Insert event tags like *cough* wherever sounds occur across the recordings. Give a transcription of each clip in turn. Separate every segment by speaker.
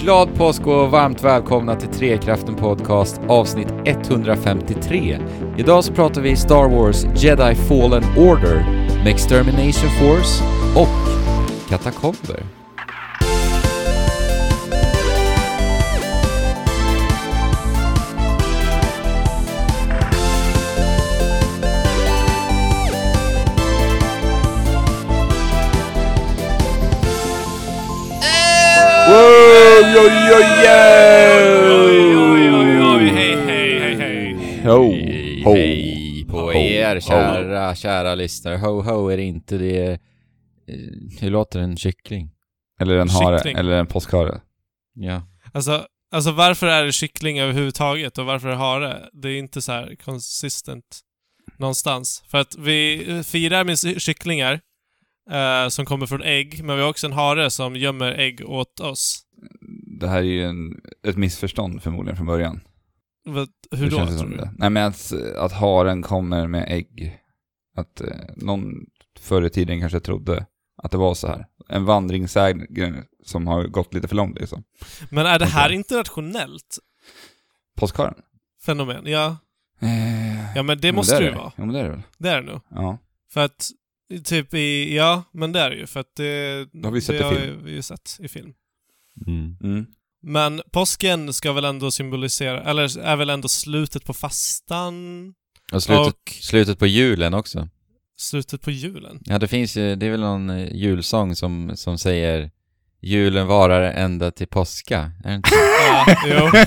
Speaker 1: Glad påsk och varmt välkomna till Trekraften Podcast avsnitt 153. Idag så pratar vi Star Wars Jedi Fallen Order med Extermination Force och Katakomber. Oj, oj, oj,
Speaker 2: Oj, oj, oj, oj, hej, hej, hej, hej.
Speaker 3: Ho,
Speaker 1: Hej,
Speaker 3: ho.
Speaker 1: hej på er kära, kära lyssnare. Ho, ho är det inte. Det är... eh, Hur låter en kyckling?
Speaker 3: Eller en hare,
Speaker 2: Kyckling.
Speaker 3: eller en påskhare.
Speaker 1: Ja.
Speaker 2: Alltså, alltså varför är det kyckling överhuvudtaget och varför är det hare? Det är inte så här konsistent någonstans. För att vi firar med cy- kycklingar eh, som kommer från ägg, men vi har också en hare som gömmer ägg åt oss.
Speaker 3: Det här är ju en, ett missförstånd förmodligen från början.
Speaker 2: Vad- Hur
Speaker 3: Det
Speaker 2: då,
Speaker 3: känns
Speaker 2: tror
Speaker 3: som
Speaker 2: du?
Speaker 3: det. Nej men att, att haren kommer med ägg. Att eh, någon förr i tiden kanske trodde att det var så här. En vandringssägen som har gått lite för långt liksom.
Speaker 2: Men är det här
Speaker 3: Okej.
Speaker 2: internationellt
Speaker 3: Påskharen.
Speaker 2: fenomen? Ja,
Speaker 3: Eh,
Speaker 2: ja men det
Speaker 3: men
Speaker 2: måste
Speaker 3: är
Speaker 2: det ju vara.
Speaker 3: Jo men det är det väl.
Speaker 2: Det är det nog.
Speaker 3: Ja.
Speaker 2: För att, typ i, ja, men det är det ju. För att det,
Speaker 3: Det har vi sett i
Speaker 2: har
Speaker 3: film.
Speaker 2: vi ju sett i film. *laughs*
Speaker 3: Mm.
Speaker 2: Men påsken ska väl ändå symbolisera, eller är väl ändå slutet på fastan
Speaker 1: Och slutet,
Speaker 2: och
Speaker 1: slutet på julen också.
Speaker 2: slutet på julen.
Speaker 1: Ja, det finns ju, det är väl någon eh, julsång som, som säger Julen varar ända till påska, är det inte?
Speaker 2: Ja, jo.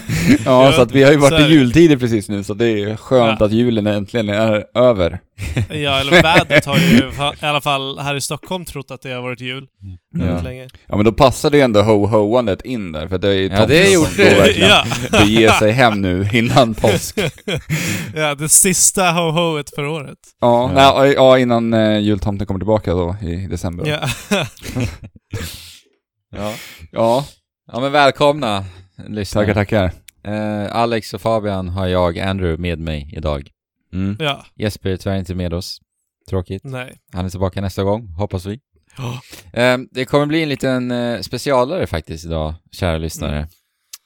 Speaker 3: Ja, så att vi har ju
Speaker 2: Så
Speaker 3: varit
Speaker 2: är
Speaker 3: i
Speaker 2: det.
Speaker 3: jultider precis nu, så det är skönt
Speaker 2: Ja.
Speaker 3: att julen äntligen är över.
Speaker 2: Ja, eller vädret har ju fa- i alla fall här i Stockholm trott att det har varit jul väldigt
Speaker 1: Ja.
Speaker 2: länge.
Speaker 3: Ja men då passade ju ändå ho-hoandet in där, för det är ju
Speaker 1: Ja,
Speaker 3: tomten
Speaker 1: det
Speaker 3: som
Speaker 1: gjorde
Speaker 3: då
Speaker 1: det. *laughs*
Speaker 3: verkligen
Speaker 2: ja.
Speaker 3: Bege sig hem nu innan påsk.
Speaker 2: ja, det sista ho-hoet för året.
Speaker 3: Ja,
Speaker 1: Ja.
Speaker 3: nej, ja innan eh, jultomten kommer tillbaka då i december.
Speaker 2: Ja.
Speaker 1: Ja.
Speaker 3: *laughs* Ja,
Speaker 1: ja, men välkomna lyssnare.
Speaker 3: tackar tackar.
Speaker 1: Eh, Alex och Fabian har jag, Andrew, med mig idag.
Speaker 3: Mm.
Speaker 2: ja,
Speaker 1: Jesper är tyvärr inte med oss. Tråkigt.
Speaker 2: nej.
Speaker 1: Han är tillbaka nästa gång, hoppas vi.
Speaker 2: Ja.
Speaker 1: Eh, det kommer bli en liten eh, specialare faktiskt idag, kära
Speaker 2: Mm.
Speaker 1: lyssnare.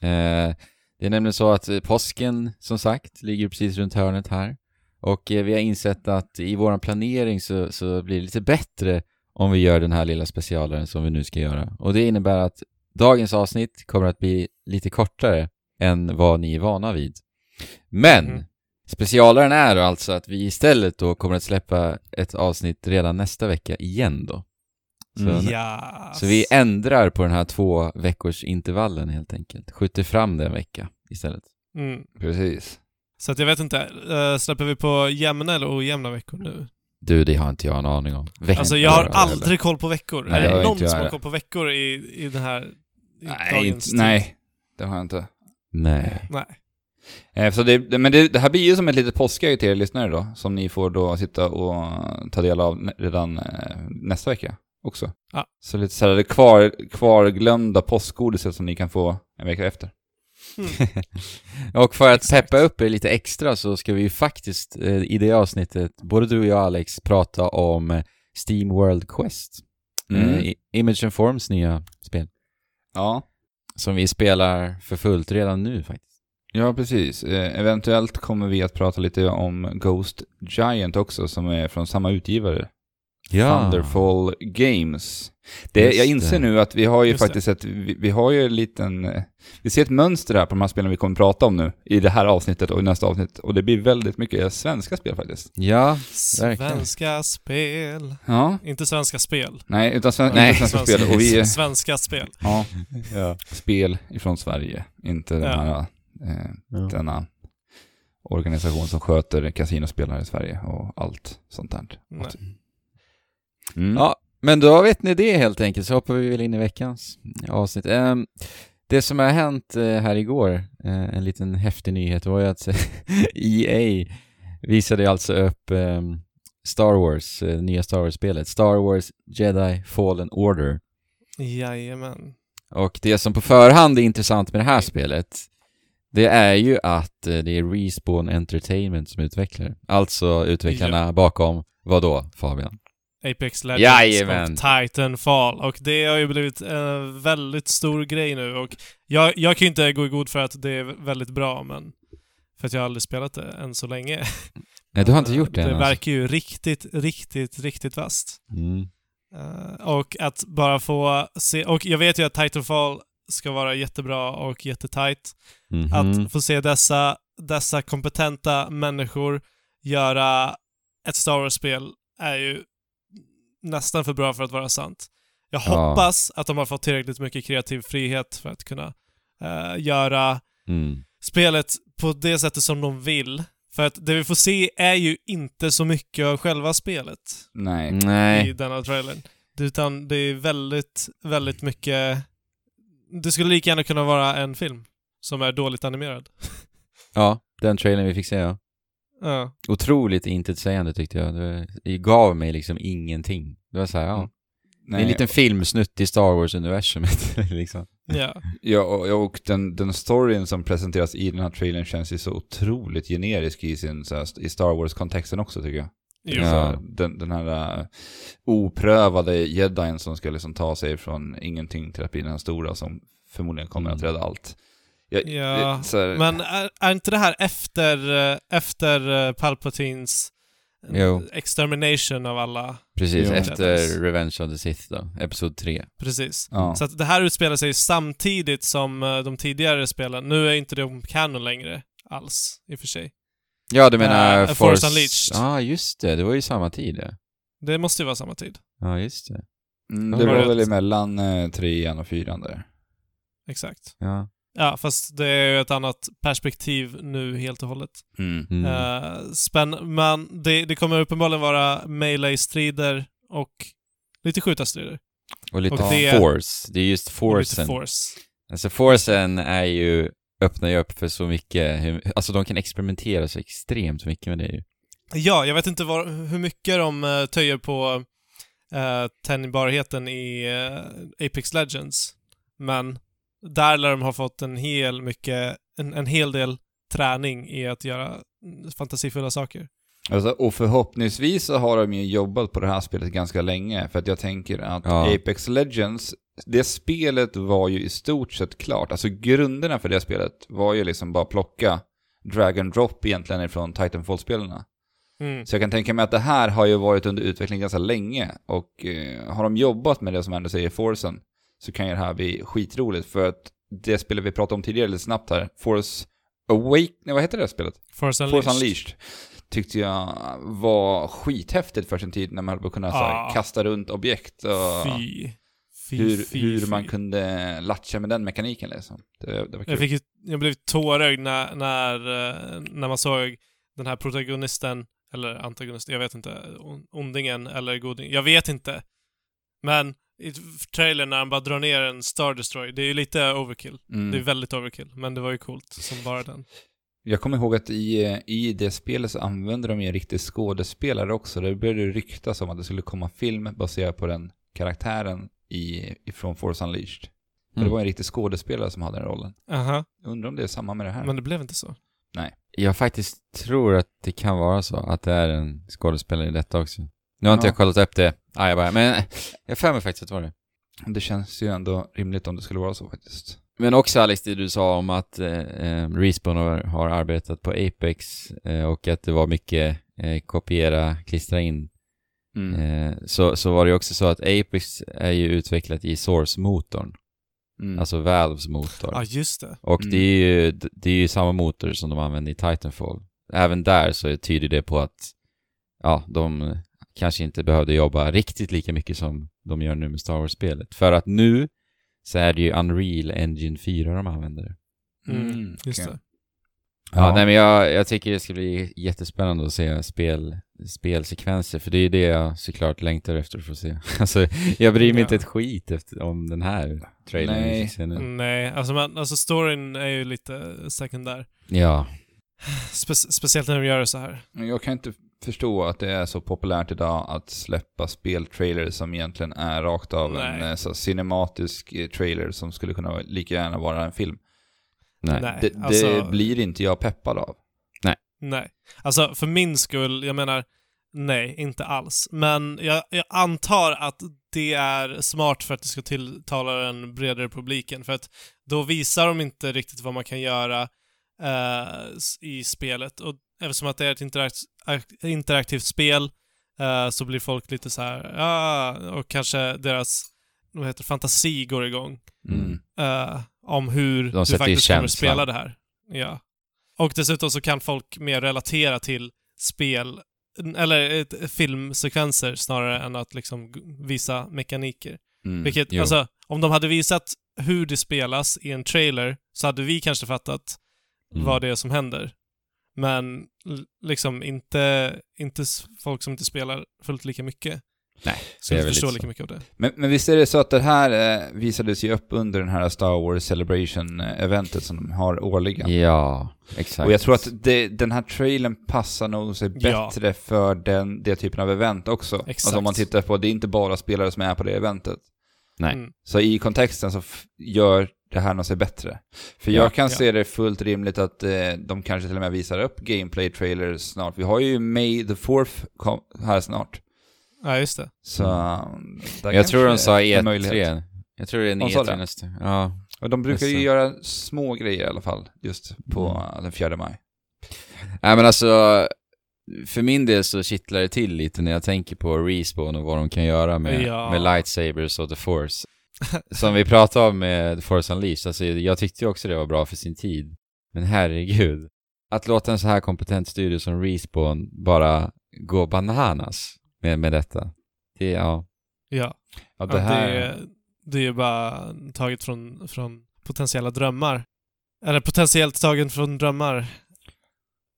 Speaker 1: Eh, det är nämligen så att eh, påsken, som sagt, ligger precis runt hörnet här. Och eh, vi har insett att i vår planering så, så blir det lite bättre om vi gör den här lilla specialaren som vi nu ska göra. Och det innebär att dagens avsnitt kommer att bli lite kortare än vad ni är vana vid. Men
Speaker 2: Mm.
Speaker 1: specialaren är alltså att vi istället då kommer att släppa ett avsnitt redan nästa vecka igen då. Så,
Speaker 3: Mm.
Speaker 2: Ja.
Speaker 1: så vi ändrar på den här två veckors intervallen helt enkelt. Skjuter fram det en vecka istället.
Speaker 2: Mm.
Speaker 3: Precis.
Speaker 2: Så att jag vet inte, eh, släpper vi på jämna eller ojämna veckor nu?
Speaker 1: Du, det har inte jag en aning om. Veckan
Speaker 2: Alltså jag har
Speaker 1: bara,
Speaker 2: aldrig koll på veckor.
Speaker 1: Nej, det
Speaker 2: är
Speaker 1: har
Speaker 2: det
Speaker 3: inte
Speaker 2: någon
Speaker 3: jag
Speaker 2: som har
Speaker 3: heller.
Speaker 2: koll på veckor i, i den här i
Speaker 3: Nej,
Speaker 2: dagens
Speaker 3: inte,
Speaker 2: tid?
Speaker 3: nej, det har jag inte.
Speaker 1: Nej.
Speaker 2: Nej.
Speaker 3: Eh, så det, det, men det, det här blir ju som ett litet påskägg till er lyssnare då, som ni får då sitta och ta del av nä- redan eh, nästa vecka också.
Speaker 2: Ja.
Speaker 3: Så lite så här, det kvar, kvarglömda påskgodiset som ni kan få en vecka efter.
Speaker 1: Och för att peppa upp er lite extra så ska vi ju faktiskt eh, i det avsnittet, både du och jag Alex, prata om eh, Steam World Quest.
Speaker 2: Mm.
Speaker 1: Eh, i- Image and Forms nya spel.
Speaker 3: Ja.
Speaker 1: Som vi spelar för fullt redan nu faktiskt.
Speaker 3: Ja, precis. Eh, eventuellt kommer vi att prata lite om Ghost Giant också, som är från samma utgivare. Thunderfall Games. Det,
Speaker 1: Just
Speaker 3: jag inser
Speaker 1: det.
Speaker 3: nu att vi har ju
Speaker 2: Just
Speaker 3: faktiskt ett, vi, vi har ju en liten, eh, vi ser ett mönster här på de här spelen vi kommer prata om nu, i det här avsnittet och i nästa avsnitt, och det blir väldigt mycket svenska spel faktiskt.
Speaker 1: Ja, Verkligen.
Speaker 2: Svenska spel.
Speaker 3: Ja.
Speaker 2: Inte svenska spel.
Speaker 3: Nej, utan sven,
Speaker 2: Nej.
Speaker 3: inte svenska spel, och
Speaker 2: *laughs*
Speaker 3: vi,
Speaker 2: Svenska spel.
Speaker 3: ja, spel ifrån Sverige, inte den
Speaker 2: Ja.
Speaker 3: här, eh, denna organisation som sköter kasinospel här i Sverige och allt sånt där.
Speaker 2: Nej.
Speaker 3: Mm.
Speaker 1: Ja, men då vet ni det helt enkelt, så hoppar vi väl in i veckans avsnitt. Ehm, det som har hänt eh, här igår, eh, en liten häftig nyhet, var ju att *laughs* EA visade ju alltså upp ehm, Star Wars, eh, nya Star Wars-spelet, Star Wars Jedi Fallen Order.
Speaker 2: Jajamän.
Speaker 1: Och det som på förhand är intressant med det här spelet, det är ju att eh, det är Respawn Entertainment som utvecklar det. Alltså utvecklarna bakom, vad då Fabian?
Speaker 2: Apex Legends
Speaker 1: Jajamän.
Speaker 2: och Titanfall. Och det har ju blivit en väldigt stor grej nu och jag, jag kan ju inte gå i god för att det är väldigt bra men för att jag har aldrig spelat det än så länge.
Speaker 1: Nej, du har inte gjort det,
Speaker 2: Det
Speaker 1: än alltså.
Speaker 2: verkar ju riktigt, riktigt, riktigt vasst.
Speaker 1: mm.
Speaker 2: Eh, och att bara få se, och jag vet ju att Titanfall ska vara jättebra och jättetight.
Speaker 1: Mhm.
Speaker 2: Att få se dessa, dessa kompetenta människor göra ett Star Wars-spel är ju nästan för bra för att vara sant. Jag
Speaker 1: Ja.
Speaker 2: hoppas att de har fått tillräckligt mycket kreativ frihet för att kunna eh, göra
Speaker 1: Mm.
Speaker 2: spelet på det sättet som de vill. För att det vi får se är ju inte så mycket av själva spelet
Speaker 3: Nej.
Speaker 1: Nej.
Speaker 2: i denna trailern. Utan det är väldigt, väldigt mycket... Det skulle lika gärna kunna vara en film som är dåligt animerad.
Speaker 1: Ja, den trailern vi fick se ja.
Speaker 2: Ja.
Speaker 1: Otroligt intetsägande tyckte jag. Det det gav mig liksom ingenting. Det var så här, ja.
Speaker 3: Mm.
Speaker 1: Det
Speaker 3: Nej.
Speaker 1: är en liten filmsnutt i Star Wars-universumet *laughs* liksom.
Speaker 2: ja.
Speaker 3: Ja, och, och den, den storyn som presenteras i den här trailern känns ju så otroligt generisk i, sin, så här, i Star Wars-kontexten också tycker jag.
Speaker 2: Jo.
Speaker 1: Ja.
Speaker 3: Så här, den, den här äh, oprövade jedin som ska liksom ta sig från ingenting till att bli den här stora som förmodligen kommer
Speaker 1: Mm.
Speaker 3: att rädda allt. Jag,
Speaker 2: Ja,
Speaker 3: det- så här,
Speaker 2: Men är, är inte det här efter, eh, efter eh, Palpatines eh,
Speaker 1: Jo.
Speaker 2: extermination av alla?
Speaker 1: Precis,
Speaker 3: Jo.
Speaker 1: efter Revenge of the Sith då, Episod 3.
Speaker 2: Precis.
Speaker 3: ja.
Speaker 2: Så att det här utspelar sig samtidigt som eh, de tidigare spelen. Nu är inte de canon längre alls, i och för sig.
Speaker 1: Ja, du menar
Speaker 2: Eh,
Speaker 1: Force...
Speaker 2: Force Unleashed.
Speaker 1: Ja, ah, just det. Det var ju samma tid det.
Speaker 2: Det måste ju vara samma tid.
Speaker 1: Ja, just det.
Speaker 3: Mm,
Speaker 1: Ja,
Speaker 3: det var
Speaker 2: rätt.
Speaker 3: väl emellan eh, trean och fyran där.
Speaker 2: Exakt.
Speaker 1: Ja.
Speaker 2: Ja, fast det är ju ett annat perspektiv nu helt och hållet.
Speaker 1: Mm.
Speaker 2: Eh, spänn, men det, det kommer uppenbarligen vara melee-strider och lite skjutarstrider.
Speaker 1: och lite
Speaker 2: och det-
Speaker 1: Force. Det är just
Speaker 2: Och lite
Speaker 1: Forcen.
Speaker 2: force.
Speaker 1: Alltså Forcen är ju, öppnar ju upp för så mycket, hur- alltså de kan experimentera så extremt mycket med det ju.
Speaker 2: Ja, jag vet inte var, hur mycket de uh, töjer på uh, tänjbarheten i eh, Apex Legends, men där lär de ha fått en hel, mycket, en, en hel del träning i att göra mm, fantasifulla saker.
Speaker 3: Alltså, och förhoppningsvis så har de ju jobbat på det här spelet ganska länge, för att jag tänker att
Speaker 1: Ja.
Speaker 3: Apex Legends, det spelet var ju i stort sett klart. Alltså grunderna för det spelet var ju liksom bara plocka drag and drop egentligen ifrån Titanfall-spelarna.
Speaker 2: Mm.
Speaker 3: Så jag kan tänka mig att det här har ju varit under utveckling ganska länge, och eh, har de jobbat med det som ändå säger Forcen, så kan ju det här bli skitroligt, för att det spelet vi pratade om tidigare lite snabbt här, Force Awake, nej vad heter det spelet?
Speaker 2: Force Unleashed.
Speaker 3: Force Unleashed tyckte jag var skithäftigt för sin tid när man höll på att kunna så här,
Speaker 2: Ah.
Speaker 3: kasta runt objekt och
Speaker 2: Fy. Fy,
Speaker 3: hur,
Speaker 2: fy,
Speaker 3: hur
Speaker 2: fy.
Speaker 3: man kunde latcha med den mekaniken liksom. Det, det var kul.
Speaker 2: Jag, fick ju, jag blev tårögd när, när, eh, när man såg den här protagonisten, eller antagonisten, jag vet inte, on- ondingen eller godingen, jag vet inte. Men i t- trailern när han bara drar ner en Star Destroyer, det är ju lite overkill.
Speaker 3: Mm.
Speaker 2: Det är väldigt overkill, men det var ju coolt som bara den.
Speaker 3: Jag kommer ihåg att i, eh, i det spelet så använde de ju en riktig skådespelare också. Det började ryktas om att det skulle komma film baserad på den karaktären i, ifrån Force Unleashed. För
Speaker 1: Mm.
Speaker 3: det var en riktig skådespelare som hade den rollen.
Speaker 2: Aha,
Speaker 3: Undrar om det är samma med det här.
Speaker 2: men det blev inte så.
Speaker 1: Jag faktiskt tror att det kan vara så, att det är en skådespelare i detta också. Nu har inte
Speaker 3: Ja.
Speaker 1: jag kollat upp det, ah, jag bara, men jag har för mig faktiskt att det var det.
Speaker 3: Det känns ju ändå rimligt om det skulle vara så faktiskt.
Speaker 1: Men också Alex, det du sa om att eh, eh, Respawn har, har arbetat på Apex eh, och att det var mycket eh, kopiera, klistra in.
Speaker 3: Mm.
Speaker 1: Eh, så, så var det ju också så att Apex är ju utvecklat i Source-motorn,
Speaker 3: Mm.
Speaker 1: alltså Valves motor.
Speaker 2: Ja, just det.
Speaker 1: Och
Speaker 3: Mm.
Speaker 1: det, är ju, det är ju samma motor som de använde i Titanfall. Även där så tyder det på att ja, de kanske inte behövde jobba riktigt lika mycket som de gör nu med Star Wars-spelet. För att nu så är det ju Unreal Engine 4 de använder.
Speaker 2: Mm, Just
Speaker 3: okej.
Speaker 2: det.
Speaker 1: Ja, nej men jag, jag tycker det ska bli jättespännande att se spel, spelsekvenser, för det är ju det jag såklart längtar efter att få se. *laughs* Alltså, jag bryr mig
Speaker 2: Ja.
Speaker 1: inte ett skit efter, om den här trailern vi
Speaker 3: Nej.
Speaker 1: fick se nu.
Speaker 2: Nej, alltså, man, alltså storyn är ju lite sekundär.
Speaker 1: Ja.
Speaker 2: Spe- speciellt när de gör det så här.
Speaker 3: Men Jag kan inte förstå att det är så populärt idag att släppa speltrailers som egentligen är rakt av en
Speaker 2: Nej.
Speaker 3: eh, så här cinematisk eh, trailer som skulle kunna vara- lika gärna vara en film.
Speaker 1: Nej.
Speaker 3: Det, det
Speaker 2: alltså-
Speaker 3: blir inte jag peppad av.
Speaker 2: Nej. Alltså för min skull, jag menar, Nej, inte alls. Men jag, jag antar att det är smart för att det ska tilltala den bredare publiken. För att då visar de inte riktigt vad man kan göra eh, s- i spelet. Och eftersom att det är ett interakt, ak- interaktivt spel eh, så blir folk lite så här, ah, och kanske deras vad heter, det, fantasi går igång
Speaker 1: Mm.
Speaker 2: eh, om hur du
Speaker 1: sätter ju
Speaker 2: faktiskt kommer att
Speaker 1: känslan.
Speaker 2: spela det här. Ja. Och dessutom så kan folk mer relatera till spel, eller eh, filmsekvenser snarare än att liksom g- visa mekaniker.
Speaker 3: Mm.
Speaker 2: Vilket,
Speaker 1: jo.
Speaker 2: alltså, om de hade visat hur det spelas i en trailer så hade vi kanske fattat
Speaker 1: Mm.
Speaker 2: vad det är som händer. Men l- liksom inte, inte s- folk som inte spelar fullt lika mycket
Speaker 1: Nej,
Speaker 2: skulle
Speaker 1: det är väl
Speaker 2: förstå
Speaker 1: lite
Speaker 2: lika
Speaker 1: så.
Speaker 2: mycket av det.
Speaker 3: Men, men visst är det så att det här eh, visades ju upp under den här Star Wars Celebration-eventet som de har årligen.
Speaker 1: Ja, exakt.
Speaker 3: Och jag tror att det, den här trailern passar nog sig
Speaker 2: Ja.
Speaker 3: bättre för den, den typen av event också.
Speaker 2: Exakt.
Speaker 3: Alltså om man tittar på, det är inte bara spelare som är på det eventet.
Speaker 1: Nej.
Speaker 2: Mm.
Speaker 3: Så i kontexten så f- gör det här något sig bättre. För
Speaker 1: Ja.
Speaker 3: jag kan
Speaker 2: Ja.
Speaker 3: se det fullt rimligt att eh, de kanske till och med visar upp gameplay-trailers snart. Vi har ju May the 4th kom- här snart.
Speaker 2: Ja, just det.
Speaker 3: Så där
Speaker 1: Mm. Jag tror de
Speaker 3: kanske
Speaker 1: sa E
Speaker 3: är en
Speaker 1: E3. Jag tror det är en
Speaker 3: De sa
Speaker 1: E3
Speaker 3: det.
Speaker 1: nästa. Ja.
Speaker 3: Och de brukar
Speaker 1: Just
Speaker 3: ju
Speaker 1: det.
Speaker 3: göra små grejer i alla fall, just på
Speaker 1: Mm.
Speaker 3: eh, den 4 maj.
Speaker 1: Nej men alltså, för min del så kittlar det till lite när jag tänker på Respawn och vad de kan göra med,
Speaker 2: Ja.
Speaker 1: med lightsabers och The Force. Som vi pratade om med The Force Unleashed, alltså jag tyckte ju också det var bra för sin tid. Men herregud. Att låta en så här kompetent studio som Respawn bara gå bananas med, med detta. Det, ja.
Speaker 2: *laughs* Ja.
Speaker 3: Ja,
Speaker 2: Ja,
Speaker 3: det
Speaker 2: det,
Speaker 3: här...
Speaker 2: är, det är ju bara taget från, från potentiella drömmar. Eller potentiellt tagen från drömmar.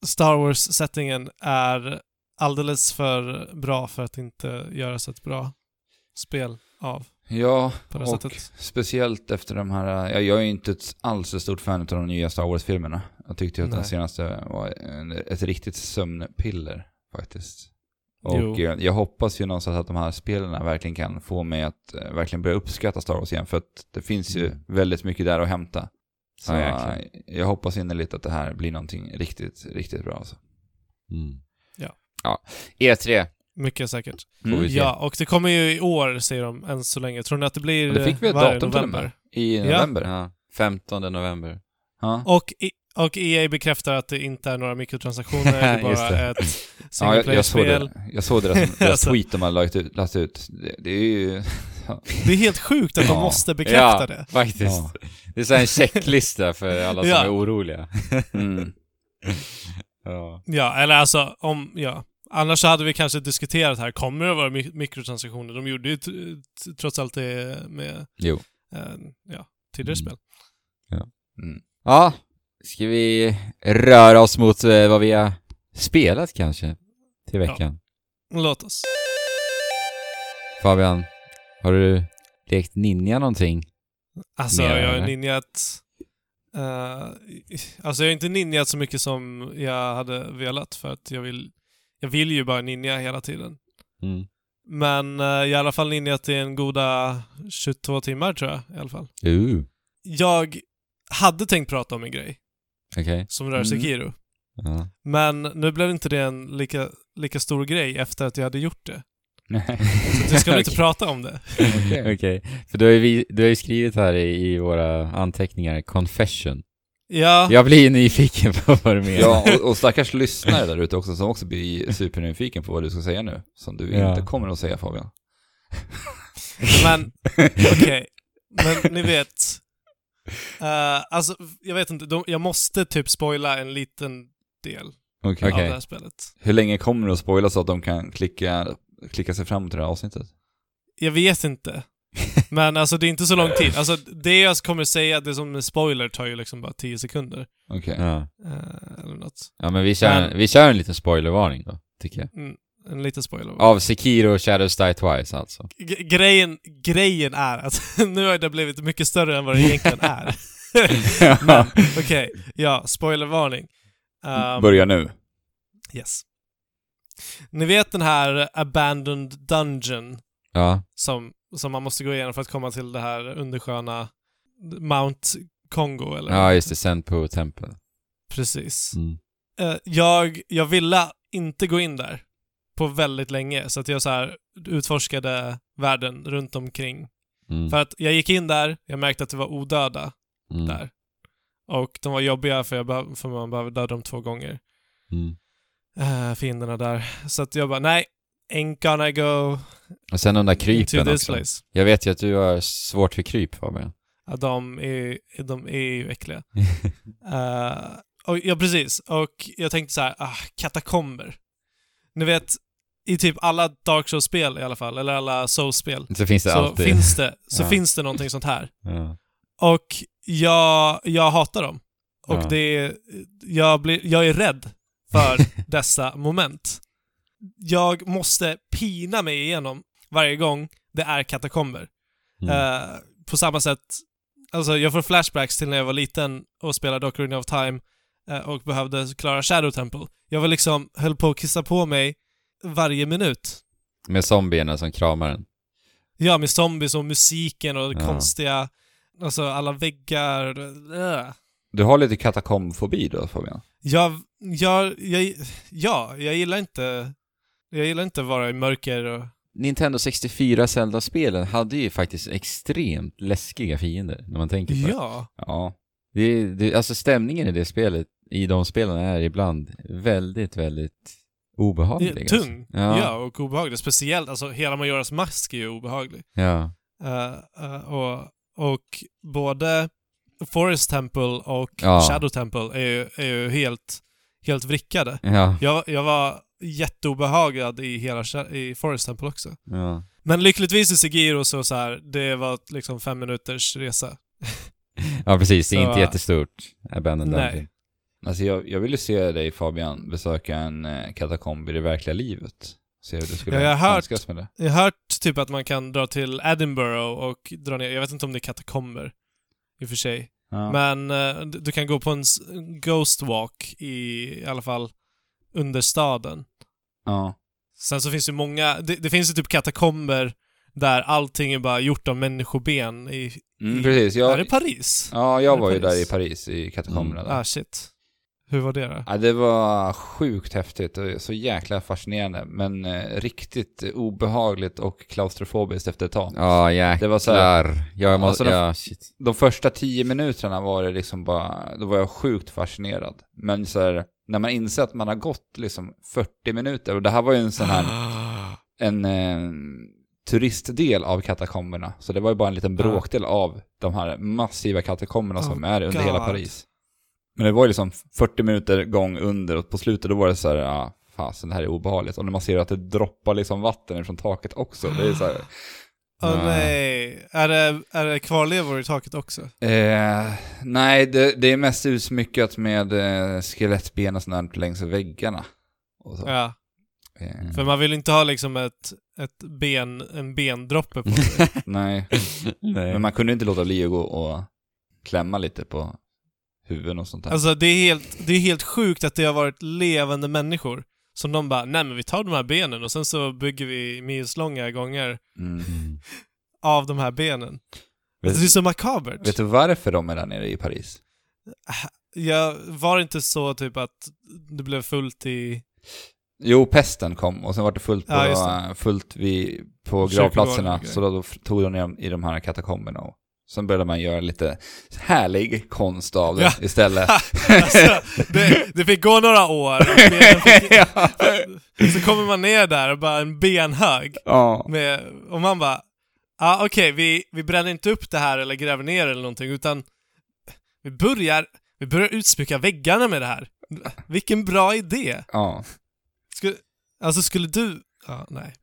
Speaker 2: Star Wars-settingen är alldeles för bra för att inte göras ett bra spel av
Speaker 3: Ja,
Speaker 2: på det
Speaker 3: och
Speaker 2: sättet.
Speaker 3: speciellt efter de här... Jag, jag är ju inte ett- alls ett stort fan av de nya Star Wars-filmerna. Jag tyckte ju att den
Speaker 2: Nej.
Speaker 3: senaste var en, ett riktigt sömnpiller faktiskt.
Speaker 2: Jo.
Speaker 3: Och eh, jag, jag hoppas ju någonstans att de här spelen verkligen kan få mig att eh, verkligen börja uppskatta Star Wars igen. För att det finns ju
Speaker 1: Mm.
Speaker 3: väldigt mycket där att hämta. Så
Speaker 1: Ja, verkligen.
Speaker 3: eh, jag hoppas innerligt att det här blir någonting riktigt, riktigt bra alltså.
Speaker 1: Mm.
Speaker 2: Ja.
Speaker 1: ja. E E3
Speaker 2: Mycket säkert.
Speaker 1: får vi se.
Speaker 2: Ja, och det kommer ju i år, säger de än så länge. Tror ni att det blir
Speaker 3: Och det fick vi ett
Speaker 2: varje
Speaker 3: datum till och med. I
Speaker 2: Ja.
Speaker 3: november. Ja.
Speaker 1: Ja. 15 november.
Speaker 3: Ja.
Speaker 2: Och, i- och EA bekräftar att det inte är några mikrotransaktioner,
Speaker 3: *laughs*
Speaker 2: det är
Speaker 1: Just
Speaker 2: bara
Speaker 1: det.
Speaker 2: ett
Speaker 3: jag, jag, såg
Speaker 2: singleplayer-spel.
Speaker 3: det, jag såg
Speaker 2: *laughs*
Speaker 3: deras, deras
Speaker 2: Alltså.
Speaker 3: tweet de hade lagt ut. Lagt ut. Det, det är
Speaker 1: *laughs*
Speaker 3: ju...
Speaker 2: Det är helt sjukt att de
Speaker 3: Ja.
Speaker 2: måste bekräfta
Speaker 1: ja,
Speaker 2: det.
Speaker 1: faktiskt.
Speaker 3: Ja.
Speaker 1: Det är så här en checklista för alla som
Speaker 2: Ja.
Speaker 1: är oroliga.
Speaker 3: Mm.
Speaker 1: Ja.
Speaker 2: Ja, eller alltså om, ja. Annars så hade vi kanske diskuterat här, kommer det vara mi- mikrotransaktioner? De gjorde ju tr- tr- trots allt det med
Speaker 1: Jo.
Speaker 2: eh, ja, tidigare
Speaker 1: Mm.
Speaker 2: spel.
Speaker 3: Mm.
Speaker 1: Ja, ska vi röra oss mot eh, vad vi har spelat kanske till veckan?
Speaker 2: Låt oss.
Speaker 1: Fabian, har du lekt ninja någonting?
Speaker 2: Alltså,
Speaker 1: Mer,
Speaker 2: jag
Speaker 1: eller?
Speaker 2: har ninjat... eh, i- alltså, jag har inte ninjat så mycket som jag hade velat för att jag vill, jag vill ju bara ninja hela tiden.
Speaker 1: Mm.
Speaker 2: Men eh, jag har i alla fall ninjat i en goda 22 timmar tror jag i alla fall.
Speaker 1: Uh,
Speaker 2: Jag hade tänkt prata om en grej
Speaker 1: okej.
Speaker 2: som rör
Speaker 3: Mm.
Speaker 2: Sekiro.
Speaker 1: Ja.
Speaker 2: Men nu blev inte det en lika, lika stor grej efter att jag hade gjort det.
Speaker 3: Nej.
Speaker 2: Så du
Speaker 1: *laughs*
Speaker 2: ska väl inte prata om det?
Speaker 1: Okej, för du har, ju vi, du har ju skrivit här i, i våra anteckningar, confession.
Speaker 2: Ja,
Speaker 1: Jag blir ju nyfiken *laughs* på vad du menar.
Speaker 3: Ja, och, och stackars lyssnare där ute också som också blir supernyfiken på vad du ska säga nu. Som du
Speaker 1: Ja.
Speaker 3: inte kommer att säga Fabian.
Speaker 2: men okej. Men ni vet. Uh, alltså, jag vet inte. De, jag måste typ spoila en liten del
Speaker 1: Okej.
Speaker 2: av det här spelet.
Speaker 3: Hur länge kommer du att spoila så att de kan klicka, klicka sig fram till det här avsnittet?
Speaker 2: Jag vet inte. Men alltså det är inte så lång tid. Alltså det jag kommer säga, det som är spoiler tar ju liksom bara 10 sekunder.
Speaker 3: Okej.
Speaker 1: Ja.
Speaker 2: Eh, eller något.
Speaker 1: ja, men vi kör,
Speaker 2: Men-
Speaker 1: vi kör en liten spoilervarning då, tycker jag.
Speaker 2: En liten spoiler.
Speaker 1: Av Sekiro och Shadows Die Twice *laughs* alltså.
Speaker 2: G- grejen, grejen är att *laughs* nu har det blivit mycket större än vad det egentligen är. Men okej, ja, spoilervarning. Ehm,
Speaker 3: Börja nu.
Speaker 2: yes. Ni vet den här abandoned dungeon
Speaker 1: Ja.
Speaker 2: som, som man måste gå igenom för att komma till det här undersköna Mount Kongo eller?
Speaker 1: ja, just det. Senpo Temple.
Speaker 2: Precis.
Speaker 1: Mm.
Speaker 2: Eh, jag, jag ville inte gå in där på väldigt länge. Så att jag så här utforskade världen runt omkring.
Speaker 1: Mm.
Speaker 2: För att jag gick in där, jag märkte att det var odöda
Speaker 1: Mm.
Speaker 2: där. Och de var jobbiga för, jag behöv, för man behöver döda dem två gånger.
Speaker 1: Mm.
Speaker 2: Uh, fienderna där. Så att jag bara, nej, ain't gonna go
Speaker 1: Och sen de där
Speaker 2: to
Speaker 1: krypen
Speaker 2: this
Speaker 1: också.
Speaker 2: place.
Speaker 1: Jag vet ju att du har svårt för kryp *laughs* Fabian.
Speaker 2: Ja, de är, de är ju äckliga. Eh, och, ja, precis. Och jag tänkte så här, ah, katakomber. Ni vet, i typ alla Dark Souls-spel i alla fall, eller alla Souls-spel,
Speaker 1: Så finns det
Speaker 2: så,
Speaker 1: alltid.
Speaker 2: finns det,
Speaker 1: *laughs*
Speaker 2: så
Speaker 1: Ja.
Speaker 2: finns det någonting sånt här.
Speaker 1: Ja.
Speaker 2: Och jag, jag hatar dem. Och
Speaker 1: Ja.
Speaker 2: det är, jag, blir, jag är rädd
Speaker 1: *laughs*
Speaker 2: för dessa moment. Jag måste pina mig igenom varje gång det är katakomber.
Speaker 1: Mm.
Speaker 2: Eh, på samma sätt, alltså jag får flashbacks till när jag var liten och spelade Ocarina of Time eh, och behövde klara Shadow Temple. Jag var liksom, höll på att kissa på mig varje minut.
Speaker 1: Med zombierna som kramar en.
Speaker 2: Ja, med zombies och musiken och
Speaker 1: Ja.
Speaker 2: konstiga, alltså alla väggar. eh. Ugh.
Speaker 3: Du har lite katakombfobi då Fabian?
Speaker 2: Jag, jag, jag, ja, jag gillar inte, jag gillar inte att vara i mörker och,
Speaker 1: Nintendo 64 Zelda-spelen hade ju faktiskt extremt läskiga fiender när man tänker på det.
Speaker 2: ja.
Speaker 3: Ja.
Speaker 1: Det, det. Alltså stämningen i det spelet, i de spelen är ibland väldigt, väldigt
Speaker 2: Det
Speaker 1: obehaglig.
Speaker 2: är
Speaker 1: alltså.
Speaker 2: tung. Ja.
Speaker 1: Ja.
Speaker 2: och obehaglig. Speciellt, alltså hela Majoras mask är ju obehaglig.
Speaker 1: Ja.
Speaker 2: Eh, eh, och, och både Forest Temple och
Speaker 1: Ja.
Speaker 2: Shadow Temple är ju, är ju helt, helt vrickade.
Speaker 1: Ja.
Speaker 2: Jag, jag var jätteobehagad i hela Sha- i Forest Temple också.
Speaker 1: ja.
Speaker 2: Men lyckligtvis i Sigiro så, så här, det var liksom fem minuters resa.
Speaker 1: Ja, precis. Det är
Speaker 2: Så,
Speaker 1: inte jättestort. eh, Abandoned
Speaker 2: nej.
Speaker 1: Dungeon.
Speaker 3: Alltså jag, jag ville se dig Fabian besöka en eh, katakomb i det verkliga livet. Se hur du skulle
Speaker 2: Ja, jag har hört-
Speaker 3: handskas med det.
Speaker 2: Jag har hört typ att man kan dra till Edinburgh och dra ner, jag vet inte om det är katakomber i och för sig.
Speaker 3: Ja.
Speaker 2: Men eh, d- du kan gå på en s- ghost walk i, i alla fall under staden.
Speaker 3: ja.
Speaker 2: Sen så finns det många, det, det finns ju typ katakomber där allting är bara gjort av människoben i,
Speaker 3: Mm, precis. Jag,
Speaker 2: är det Paris?
Speaker 3: ja, jag
Speaker 2: är
Speaker 3: var ju
Speaker 2: Paris?
Speaker 3: där i Paris i katakomberna.
Speaker 1: Mm.
Speaker 3: där.
Speaker 2: Ah shit. Hur var det då?
Speaker 3: Ja, det var sjukt häftigt och så jäkla fascinerande. Men eh, riktigt obehagligt och klaustrofobiskt efter ett tag.
Speaker 1: Ja, jäklar.
Speaker 3: Det var så här-
Speaker 1: Jag måste...
Speaker 3: Alltså, de-
Speaker 1: ja, shit.
Speaker 3: De första tio minuterna var det liksom bara, då var jag sjukt fascinerad. Men så här, när man inser att man har gått liksom 40 minuter, och det här var ju en sån här, en eh, turistdel av katakomberna. Så det var ju bara en liten
Speaker 2: Ja.
Speaker 3: bråkdel av de här massiva katakomberna som
Speaker 2: Oh,
Speaker 3: är under hela
Speaker 2: God.
Speaker 3: Paris. Men det var ju liksom 40 minuter gång under och på slutet då var det så här, ja, fasen det här är obehagligt. Och när man ser att det droppar liksom vatten från taket också, det är så här,
Speaker 2: *gasps* Åh
Speaker 1: Ah.
Speaker 2: nej. Är det, är det kvarlevor i taket också?
Speaker 3: Eh, nej, det, det är mest utsmyckat med eh, skelettben och sånt där längs väggarna. Och så.
Speaker 2: Ja.
Speaker 3: Eh,
Speaker 2: För man vill inte ha liksom ett, ett ben, en bendroppe på sig.
Speaker 3: nej,
Speaker 1: Nej.
Speaker 2: Eh.
Speaker 3: men man kunde inte låta bli att gå och klämma lite på huvuden och sånt där.
Speaker 2: Alltså det är, helt, det är helt sjukt att det har varit levande människor som de bara, nej men vi tar de här benen och sen så bygger vi milslånga gånger
Speaker 3: Mm.
Speaker 1: Mm.
Speaker 2: av de här benen. Alltså,
Speaker 3: Vet-
Speaker 2: det är så makabert.
Speaker 3: Vet du varför de är där nere i Paris?
Speaker 2: Jag var inte så typ att det blev
Speaker 3: *laughs*
Speaker 2: fullt i...
Speaker 3: Jo, pesten kom och sen var det fullt, på,
Speaker 2: Ja, just det.
Speaker 3: fullt vid, på
Speaker 2: Kyrkogården
Speaker 3: gravplatserna.
Speaker 2: och
Speaker 3: Så då, då tog de ner dem i de här katakomberna. Och sen började man göra lite härlig konst av det
Speaker 2: Ja. *laughs*
Speaker 3: istället.
Speaker 2: Alltså, det, det fick gå några år. Benen
Speaker 3: *laughs*
Speaker 2: fick- Så kommer man ner där och bara en benhög.
Speaker 3: ja.
Speaker 2: Med, och man bara, ah, okej, vi, vi bränner inte upp det här eller gräver ner eller någonting, utan vi börjar, vi börjar utsmycka väggarna med det här. Vilken bra idé!
Speaker 3: ja.
Speaker 2: Skulle, alltså skulle du... Ja, nej.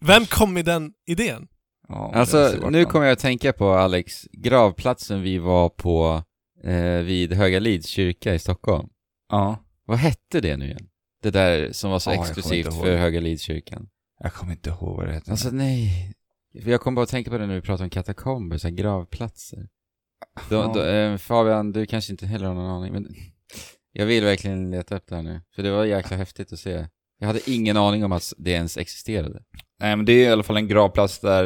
Speaker 2: Vem kom med den idén?
Speaker 3: Ja, det måste
Speaker 1: Alltså,
Speaker 3: varit
Speaker 1: nu
Speaker 3: någon-
Speaker 1: kommer jag att tänka på Alex, gravplatsen vi var på eh, vid Höga Lids kyrka i Stockholm.
Speaker 3: Ja.
Speaker 1: Vad hette det nu igen? Det där som var så
Speaker 3: Ja, jag kommer
Speaker 1: exklusivt
Speaker 3: inte ihåg.
Speaker 1: för Höga Lidskyrkan.
Speaker 3: Jag kommer inte ihåg vad det heter.
Speaker 1: Alltså nej, För jag kom bara att tänka på det när vi pratade om katakomber, så här gravplatser. Då,
Speaker 3: Ja.
Speaker 1: då, eh, Fabian, du kanske inte heller har någon aning, men jag vill verkligen leta upp det här nu, för det var jäkla häftigt att se. Jag hade ingen aning om att det ens existerade.
Speaker 3: Nej, men det är i alla fall en gravplats där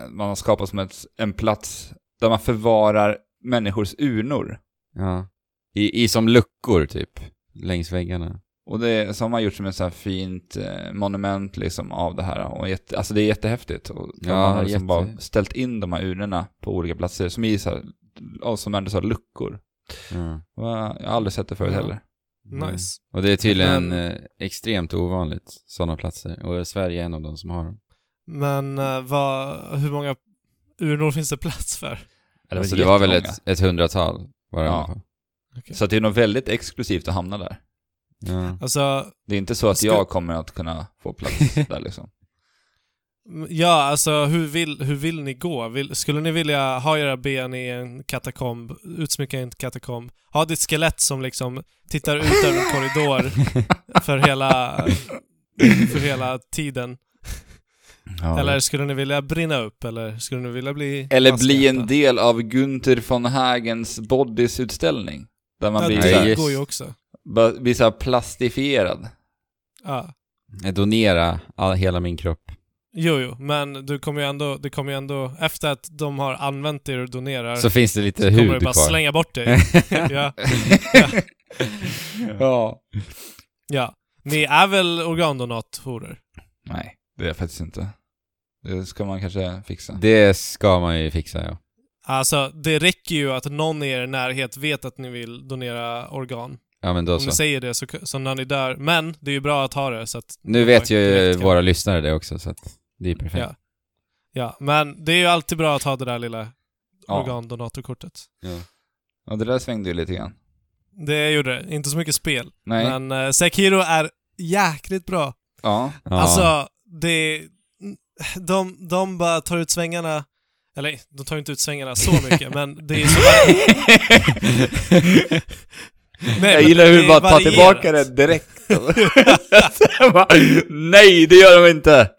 Speaker 3: eh, man har skapat som ett, en plats där man förvarar människors urnor.
Speaker 1: Ja. I, I som luckor typ, längs väggarna.
Speaker 3: Och det, så har man gjort som ett så här fint eh, monument liksom av det här. Och jätte, alltså det är jättehäftigt. Och
Speaker 1: Ja,
Speaker 3: man har liksom
Speaker 1: jätte-
Speaker 3: bara ställt in de här urnorna på olika platser som är så här, ja, som ändå så här luckor.
Speaker 1: Ja.
Speaker 3: Och Jag jag har aldrig sett det förut
Speaker 2: Ja.
Speaker 3: heller.
Speaker 1: Mm.
Speaker 2: Nice.
Speaker 1: Och det är tydligen
Speaker 2: Men-
Speaker 1: eh, extremt ovanligt, sådana platser. Och Sverige är en av de som har dem.
Speaker 2: Men eh, vad, hur många urnor finns det plats för?
Speaker 1: Det, alltså, det var väl
Speaker 3: jättemånga.
Speaker 1: ett, ett hundratal var det i
Speaker 3: Ja.
Speaker 1: alla fall.
Speaker 3: Så att det är nog väldigt exklusivt att hamna där.
Speaker 1: Ja.
Speaker 2: Alltså,
Speaker 3: Det är inte så att
Speaker 2: Ska-
Speaker 3: jag kommer att kunna få plats där liksom.
Speaker 2: m- ja, alltså hur vill, hur vill ni gå? Vill, skulle ni vilja ha era ben i en katakomb, utsmycka en katakomb, ha ditt skelett som liksom tittar ut över en korridor för hela, för hela tiden?
Speaker 1: Ja.
Speaker 2: Eller skulle ni vilja brinna upp? Eller skulle ni vilja bli
Speaker 3: Eller bli en
Speaker 2: mastäta?
Speaker 3: del av Gunther von Hagens Bodies utställning. Där man blir,
Speaker 1: det
Speaker 2: Ja,
Speaker 3: så
Speaker 1: är
Speaker 3: här,
Speaker 2: det
Speaker 1: ju-
Speaker 2: går ju också.
Speaker 3: bara- blir så här plastifierad.
Speaker 2: Ja.
Speaker 1: Jag Eh, Donera all, hela min kropp.
Speaker 2: Jo, jo, men du kommer ju ändå, det kommer ju ändå, efter att de har använt det du donerar,
Speaker 1: Så finns det lite
Speaker 2: kommer du
Speaker 1: hud
Speaker 2: bara
Speaker 1: kvar.
Speaker 2: slänga
Speaker 1: *laughs*
Speaker 2: bort dig. ja,
Speaker 1: ja.
Speaker 2: ja. Ni är väl organdonatorhoror?
Speaker 3: Nej, det är jag faktiskt inte. Det ska man kanske fixa.
Speaker 1: Det ska man ju fixa ja.
Speaker 2: Alltså, det räcker ju att någon i er närhet vet att ni vill donera organ.
Speaker 1: Ja men då
Speaker 3: Alltså.
Speaker 2: Om ni
Speaker 1: så.
Speaker 2: säger det så, så när ni dör. Men det är ju bra att ha det så att...
Speaker 1: Nu vet ju
Speaker 2: direkt kan-
Speaker 1: våra lyssnare det också så att det är perfekt.
Speaker 2: Ja. Ja, men det är ju alltid bra att ha det där lilla
Speaker 3: Ja.
Speaker 2: organdonatorkortet.
Speaker 3: Ja, det där svängde ju lite grann.
Speaker 2: Det gjorde det. Inte så mycket spel.
Speaker 3: Nej,
Speaker 2: Men eh, Sekiro är jäkligt bra.
Speaker 3: ja.
Speaker 1: Ja.
Speaker 2: Alltså, det... De, de bara tar ut svängarna. Eller, de tar ju inte ut svängarna så
Speaker 3: *laughs*
Speaker 2: mycket, men det är så...
Speaker 3: *laughs* jag
Speaker 2: Nej, men
Speaker 3: gillar hur
Speaker 2: är
Speaker 3: du bara tar
Speaker 2: varierat.
Speaker 3: tillbaka det direkt. *laughs* Jag bara, Nej, det gör de inte!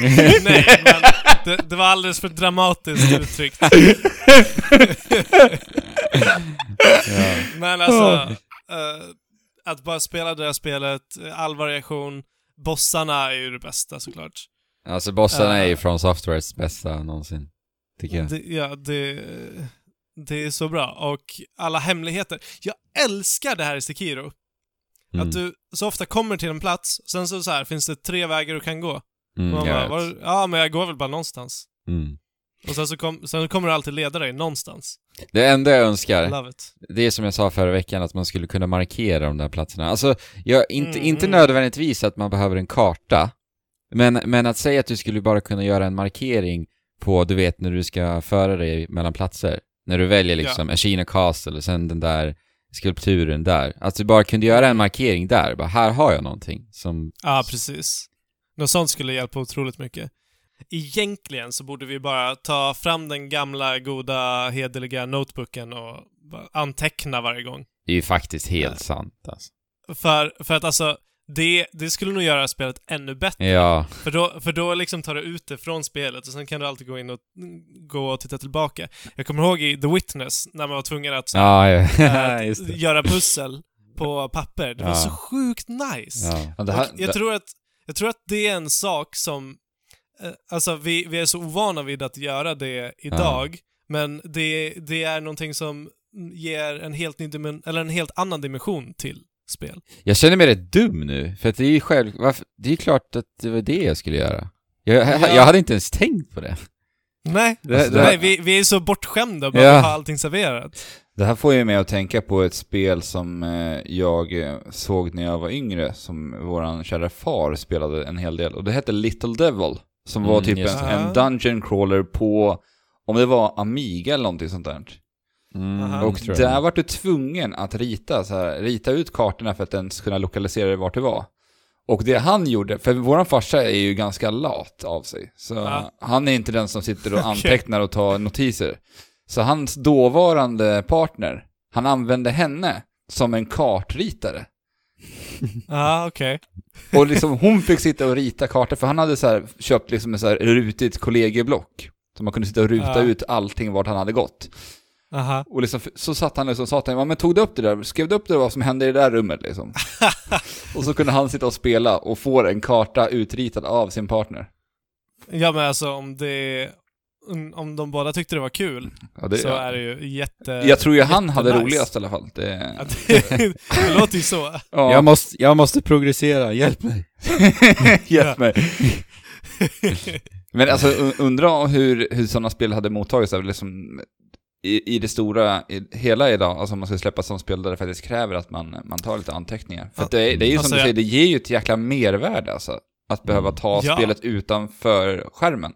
Speaker 2: Nej, men det, det var alldeles för dramatiskt uttryckt. Men alltså, eh, att bara spela det här spelet, eh, all variation. Bossarna är ju det bästa såklart.
Speaker 1: Alltså bossarna är ju
Speaker 2: Eh.
Speaker 1: från Softwares bästa någonsin. Tycker jag.
Speaker 2: Det, ja, det, det är så bra. Och alla hemligheter. Jag älskar det här i Sekiro.
Speaker 1: Mm.
Speaker 2: Att du så ofta kommer till en plats, sen så, så här, finns det tre vägar du kan gå.
Speaker 1: Mm,
Speaker 2: Man
Speaker 1: jag
Speaker 2: bara,
Speaker 1: vet.
Speaker 2: "Var- ja, men jag går väl bara någonstans.
Speaker 1: Mm.
Speaker 2: Och sen så kom, sen kommer du alltid leda dig någonstans.
Speaker 1: Det enda jag önskar,
Speaker 2: Love it.
Speaker 1: det är som jag sa förra veckan, att man skulle kunna markera de där platserna. Alltså, jag, inte,
Speaker 2: Mm.
Speaker 1: inte nödvändigtvis att man behöver en karta, men, men att säga att du skulle bara kunna göra en markering på, du vet, när du ska föra dig mellan platser. När du väljer liksom Ashina Castle och sen den där skulpturen där. Att du bara kunde
Speaker 2: Mm.
Speaker 1: göra en markering där, bara här har jag någonting som...
Speaker 2: Ja, precis. Något sånt skulle hjälpa otroligt mycket. Egentligen så borde vi bara ta fram den gamla, goda, hederliga notebooken och bara anteckna varje gång.
Speaker 1: Det är ju faktiskt helt sant alltså.
Speaker 2: För, för att alltså, det, det skulle nog göra spelet ännu bättre.
Speaker 1: Ja,
Speaker 2: För då, för då liksom tar du ut det från spelet och sen kan du alltid gå in och mm, gå och titta tillbaka. Jag kommer ihåg i The Witness, när man var tvungen att så här,
Speaker 1: ja,
Speaker 2: *laughs*
Speaker 1: ja. *laughs*
Speaker 2: äh,
Speaker 1: just det.
Speaker 2: göra pussel på papper. Det var
Speaker 1: Ja.
Speaker 2: så sjukt nice.
Speaker 1: Ja.
Speaker 3: Ja, det här,
Speaker 2: Och jag, tror att, jag tror att det är en sak som... Eh, alltså, vi, vi är så ovana vid att göra det idag, men det, det är någonting som ger en helt, ny dimen- eller en helt annan dimension till spel.
Speaker 1: Jag känner mig rätt dum nu, för att det är ju själv... Varför... Det är ju klart att det var det jag skulle göra. Jag,
Speaker 2: Ja.
Speaker 1: jag hade inte ens tänkt på det.
Speaker 2: Nej,
Speaker 1: Det- det-
Speaker 2: nej vi, vi är så bortskämda och bara
Speaker 1: Ja.
Speaker 2: ha allting serverat.
Speaker 3: Det här får ju mig att tänka på ett spel som eh, jag eh, såg när jag var yngre, som våran kära far spelade en hel del. Och det hette Little Devil, som var
Speaker 1: Mm,
Speaker 3: typ
Speaker 1: just
Speaker 3: en,
Speaker 2: det.
Speaker 3: en dungeon crawler på, om det var Amiga eller någonting sånt där.
Speaker 2: Aha.
Speaker 1: Och
Speaker 3: Och där var du tvungen att rita, så här, rita ut kartorna för att ens kunna lokalisera dig vart du var. Och det han gjorde, för våran farsa är ju ganska lat av sig, så
Speaker 2: Ja.
Speaker 3: han är inte den som
Speaker 2: *laughs*
Speaker 3: sitter och antecknar och tar notiser. Så hans dåvarande partner, han använde henne som en kartritare.
Speaker 2: Ja, okej.
Speaker 3: Och
Speaker 2: *laughs*
Speaker 3: liksom hon fick sitta och rita kartor, för han hade så här, köpt liksom ett så här rutigt kollegieblock. Så man kunde sitta och ruta
Speaker 2: Ja.
Speaker 3: ut allting vart han hade gått.
Speaker 2: Aha.
Speaker 3: Och liksom, så satt han liksom, sa till honom, men tog du upp det där, skrev du upp det vad som hände i det där rummet liksom?
Speaker 2: *laughs*
Speaker 3: och så kunde han sitta och spela och få en karta utritad av sin partner.
Speaker 2: Ja, men alltså om det... mm, om de båda tyckte det var kul
Speaker 3: Ja, det,
Speaker 2: så
Speaker 3: jag,
Speaker 2: är det ju jätte...
Speaker 3: jag tror ju han hade
Speaker 2: jättenice.
Speaker 3: roligast i alla fall. Det,
Speaker 2: att det, det låter ju så.
Speaker 3: ja,
Speaker 1: Jag, måste, jag måste progressera, hjälp mig.
Speaker 3: hjälp mig. Men alltså u- undra hur, hur sådana spel hade mottagits av liksom, i, i det stora i, hela idag, alltså om man ska släppa sådana spel där det faktiskt kräver att man, man tar lite anteckningar. För att det, är- det är ju som
Speaker 2: Alltså,
Speaker 3: du
Speaker 2: jag-
Speaker 3: säger, det ger ju ett jäkla mervärde alltså. Att behöva ta
Speaker 2: Ja.
Speaker 3: spelet utanför skärmen.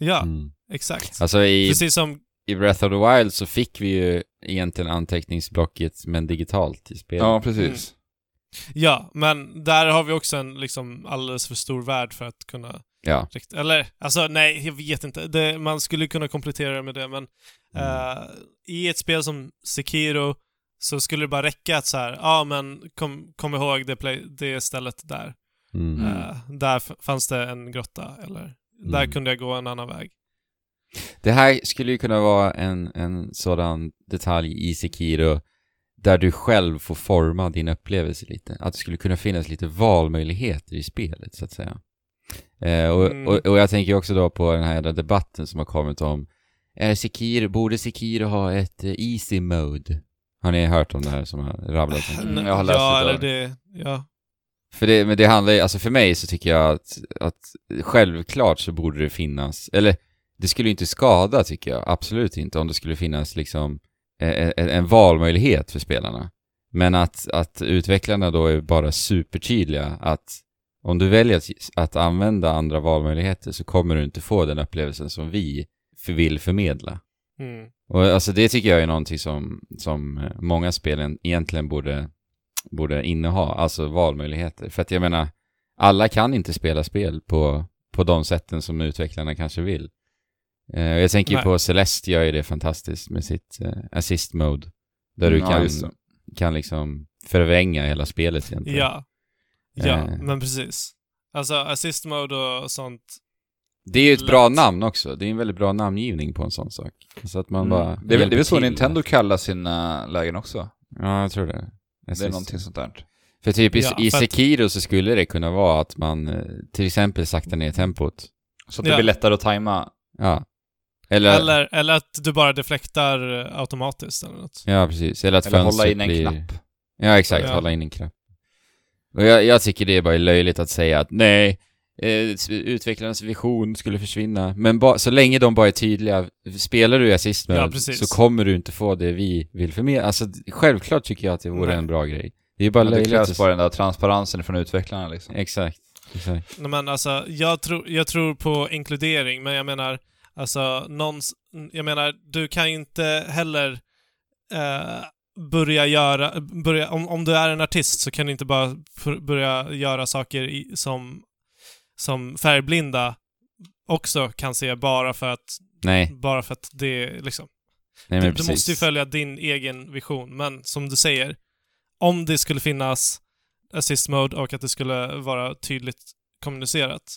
Speaker 2: Ja,
Speaker 1: Mm.
Speaker 2: exakt.
Speaker 1: Alltså i,
Speaker 2: Precis som...
Speaker 1: i Breath of the Wild så fick vi ju egentligen anteckningsblocket, men digitalt i spelet.
Speaker 3: Ja, precis.
Speaker 2: Ja, men där har vi också en liksom alldeles för stor värld för att kunna
Speaker 1: Ja.
Speaker 2: Rikt- Eller, alltså nej, jag vet inte. Det, man skulle kunna komplettera det med det, men
Speaker 3: Mm.
Speaker 2: eh, i ett spel som Sekiro så skulle det bara räcka att så här, ja men kom, kom ihåg det, play, det stället där.
Speaker 1: Mm.
Speaker 3: Mm.
Speaker 2: Eh, där f- fanns det en grotta, eller där
Speaker 1: Mm.
Speaker 2: kunde jag gå en annan väg.
Speaker 1: Det här skulle ju kunna vara en, en sådan detalj i Sekiro där du själv får forma din upplevelse lite. Att det skulle kunna finnas lite valmöjligheter i spelet, så att säga. Eh, och,
Speaker 2: Mm.
Speaker 1: och, och jag tänker också då på den här jävla debatten som har kommit om är Sekiro, borde Sekiro ha ett eh, easy mode? Har ni hört om det här som har rabblats? omkring?
Speaker 3: Mm, jag har läst
Speaker 2: ja,
Speaker 3: lite
Speaker 2: eller
Speaker 3: av det.
Speaker 2: det, ja.
Speaker 1: För det, men det handlar ju, alltså för mig så tycker jag att, att självklart så borde det finnas, eller det skulle ju inte skada tycker jag, absolut inte, om det skulle finnas liksom en, en valmöjlighet för spelarna. Men att, att utvecklarna då är bara supertydliga att om du väljer att, att använda andra valmöjligheter så kommer du inte få den upplevelsen som vi för, vill förmedla.
Speaker 2: Mm.
Speaker 1: Och alltså det tycker jag är någonting som, som eh, många spelen egentligen borde, borde inneha, alltså valmöjligheter. För att jag menar, alla kan inte spela spel på, på de sätten som utvecklarna kanske vill. Eh, och jag tänker ju
Speaker 2: Nej.
Speaker 1: på Celeste gör ju det fantastiskt med sitt eh, assist mode. Där du
Speaker 3: Ja,
Speaker 1: kan,
Speaker 3: just det.
Speaker 1: kan liksom förvränga hela spelet egentligen.
Speaker 2: Ja. Ja,
Speaker 1: Typ. Eh.
Speaker 2: men precis. Alltså assist mode och sånt.
Speaker 1: Det är ju ett bra
Speaker 2: Lätt.
Speaker 1: namn också. Det är en väldigt bra namngivning på en sån sak. Så att man
Speaker 2: Mm.
Speaker 1: bara
Speaker 3: Det är väl det är väl så
Speaker 1: hjälper till.
Speaker 3: Nintendo kallar sina lägen också.
Speaker 1: Ja, jag tror det.
Speaker 3: Det
Speaker 1: Assist.
Speaker 3: är någonting sånt där.
Speaker 1: För typ i,
Speaker 2: Ja,
Speaker 1: i
Speaker 2: för att-
Speaker 1: Sekiro så skulle det kunna vara att man eh, till exempel saktar ner tempot.
Speaker 3: Så att det
Speaker 2: Ja.
Speaker 3: blir lättare att tajma.
Speaker 1: Ja. Eller,
Speaker 2: Eller, eller att du bara deflektar eh, automatiskt eller något.
Speaker 1: ja, precis. Eller att
Speaker 3: Eller hålla
Speaker 1: fönstret
Speaker 3: in en
Speaker 1: blir...
Speaker 3: knapp.
Speaker 1: Ja, exakt.
Speaker 2: Ja.
Speaker 1: Hålla in en knapp. Och jag, jag tycker det är bara löjligt att säga att nej, eh, s- utvecklarnas vision skulle försvinna. Men ba, så länge de bara är tydliga, spelar du i assist
Speaker 2: Ja,
Speaker 1: mode
Speaker 2: precis.
Speaker 1: så kommer du inte få det vi vill förmedla. Alltså, d- självklart tycker jag att det vore
Speaker 2: Nej.
Speaker 1: en bra grej. Det är ju bara
Speaker 3: Men Det
Speaker 1: löjligt.
Speaker 3: krävs
Speaker 1: att-
Speaker 3: bara den där transparensen från utvecklarna liksom.
Speaker 1: Exakt. Exakt.
Speaker 2: Nej, men alltså, jag, tror jag tror på inkludering, men jag menar, alltså, någons, jag menar, du kan ju inte heller eh, börja göra, börja, om, om du är en artist så kan du inte bara pr- börja göra saker i, som, som färgblinda också kan se bara för att,
Speaker 1: Nej,
Speaker 2: bara för att det liksom,
Speaker 1: nej men
Speaker 2: du, du
Speaker 1: precis.
Speaker 2: måste ju följa din egen vision, men som du säger, om det skulle finnas assist mode och att det skulle vara tydligt kommunicerat,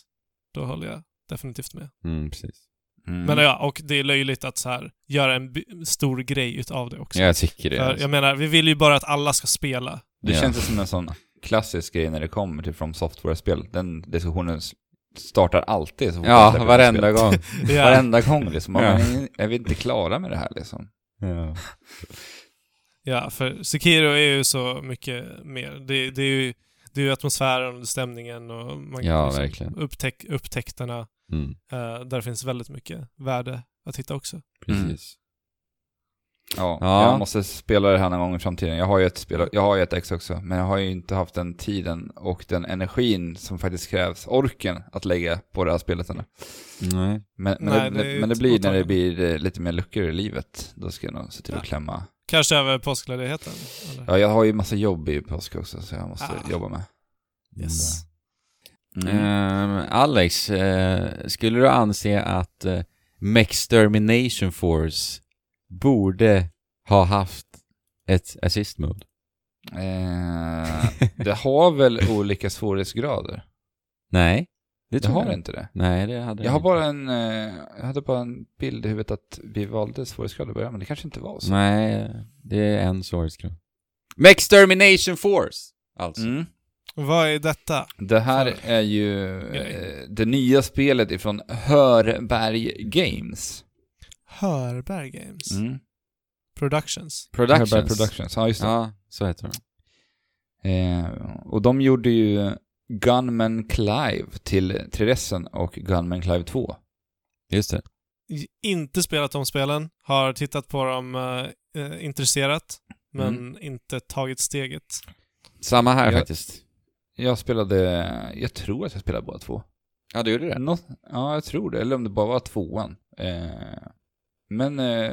Speaker 2: då håller jag definitivt med.
Speaker 1: mm, precis.
Speaker 3: Mm.
Speaker 2: Men ja, och det är löjligt att så här göra en by- stor grej utav det också.
Speaker 1: Jag tycker det.
Speaker 2: För
Speaker 1: alltså.
Speaker 2: jag menar, vi vill ju bara att alla
Speaker 1: *laughs*
Speaker 2: ska spela.
Speaker 3: Det
Speaker 1: Ja.
Speaker 3: känns ju som en sån klassisk grej när det kommer till From Software-spel. Den diskussionen s- startar alltid. Så fort man släpper
Speaker 1: Ja,
Speaker 3: ett
Speaker 1: varenda
Speaker 3: spel.
Speaker 1: gång.
Speaker 2: Ja,
Speaker 3: Varenda gång liksom.
Speaker 1: Ja.
Speaker 3: Ja. Men är vi inte klara med det här liksom?
Speaker 1: Ja.
Speaker 2: ja för Sekiro är ju så mycket mer. Det, det är ju det är ju atmosfären och stämningen och man
Speaker 1: Ja,
Speaker 2: liksom
Speaker 1: verkligen.
Speaker 2: upptäck, upptäckterna.
Speaker 1: *laughs* Mm,
Speaker 2: eh, där det finns väldigt mycket värde att hitta också.
Speaker 1: precis.
Speaker 3: Ja,
Speaker 1: Ja.
Speaker 3: jag måste spela det här någon gång i framtiden. Jag har ju ett spel, jag har ju ett ex också, men jag har ju inte haft den tiden och den energin som faktiskt krävs, orken, att lägga på det här spelet ännu.
Speaker 1: Nej.
Speaker 3: Men, men,
Speaker 2: Nej,
Speaker 3: det,
Speaker 2: det är ju
Speaker 3: men det blir när det
Speaker 2: påtagligt.
Speaker 3: blir eh, lite mer luckor i livet. Då ska jag nog se till att
Speaker 2: Ja.
Speaker 3: klämma.
Speaker 2: Kanske över påskledigheten? Eller?
Speaker 3: Ja, jag har ju massa jobb i påsk också, så jag måste
Speaker 2: Ah.
Speaker 3: jobba med.
Speaker 2: Yes.
Speaker 3: Mm.
Speaker 1: Ehm, Alex, eh, skulle du anse att uh, Mextermination Force borde ha haft ett assist mode?
Speaker 3: Eh, det har väl olika svårighetsgrader?
Speaker 1: Nej. Det
Speaker 3: Det
Speaker 1: tror
Speaker 3: har
Speaker 1: jag.
Speaker 3: inte det.
Speaker 1: Nej, det hade det
Speaker 3: Jag har
Speaker 1: inte.
Speaker 3: bara en, eh, jag hade bara en bild i huvudet att vi valde svårighetsgrad i början, men det kanske inte var så.
Speaker 1: Nej, det är en svårighetsgrad. Mextermination Force! Alltså.
Speaker 3: Mm.
Speaker 2: Vad är detta?
Speaker 3: Det här är ju eh, det nya spelet ifrån Hörberg Games.
Speaker 2: Hörberg Games
Speaker 3: Mm.
Speaker 2: Productions.
Speaker 1: Productions.
Speaker 3: Herbert Productions, ja just det.
Speaker 1: Ja, så heter de.
Speaker 3: Eh, och de gjorde ju Gunman Clive till 3DSen och Gunman Clive 2.
Speaker 1: Just det.
Speaker 2: J- Inte spelat de spelen, har tittat på dem eh, eh, intresserat, men inte tagit steget.
Speaker 1: Samma här
Speaker 3: Ja.
Speaker 1: faktiskt.
Speaker 3: Jag spelade, jag tror att jag spelade båda två.
Speaker 1: Ja, du gjorde
Speaker 3: Nå, ja, jag tror det. Eller om det bara var tvåan. Eh, men eh,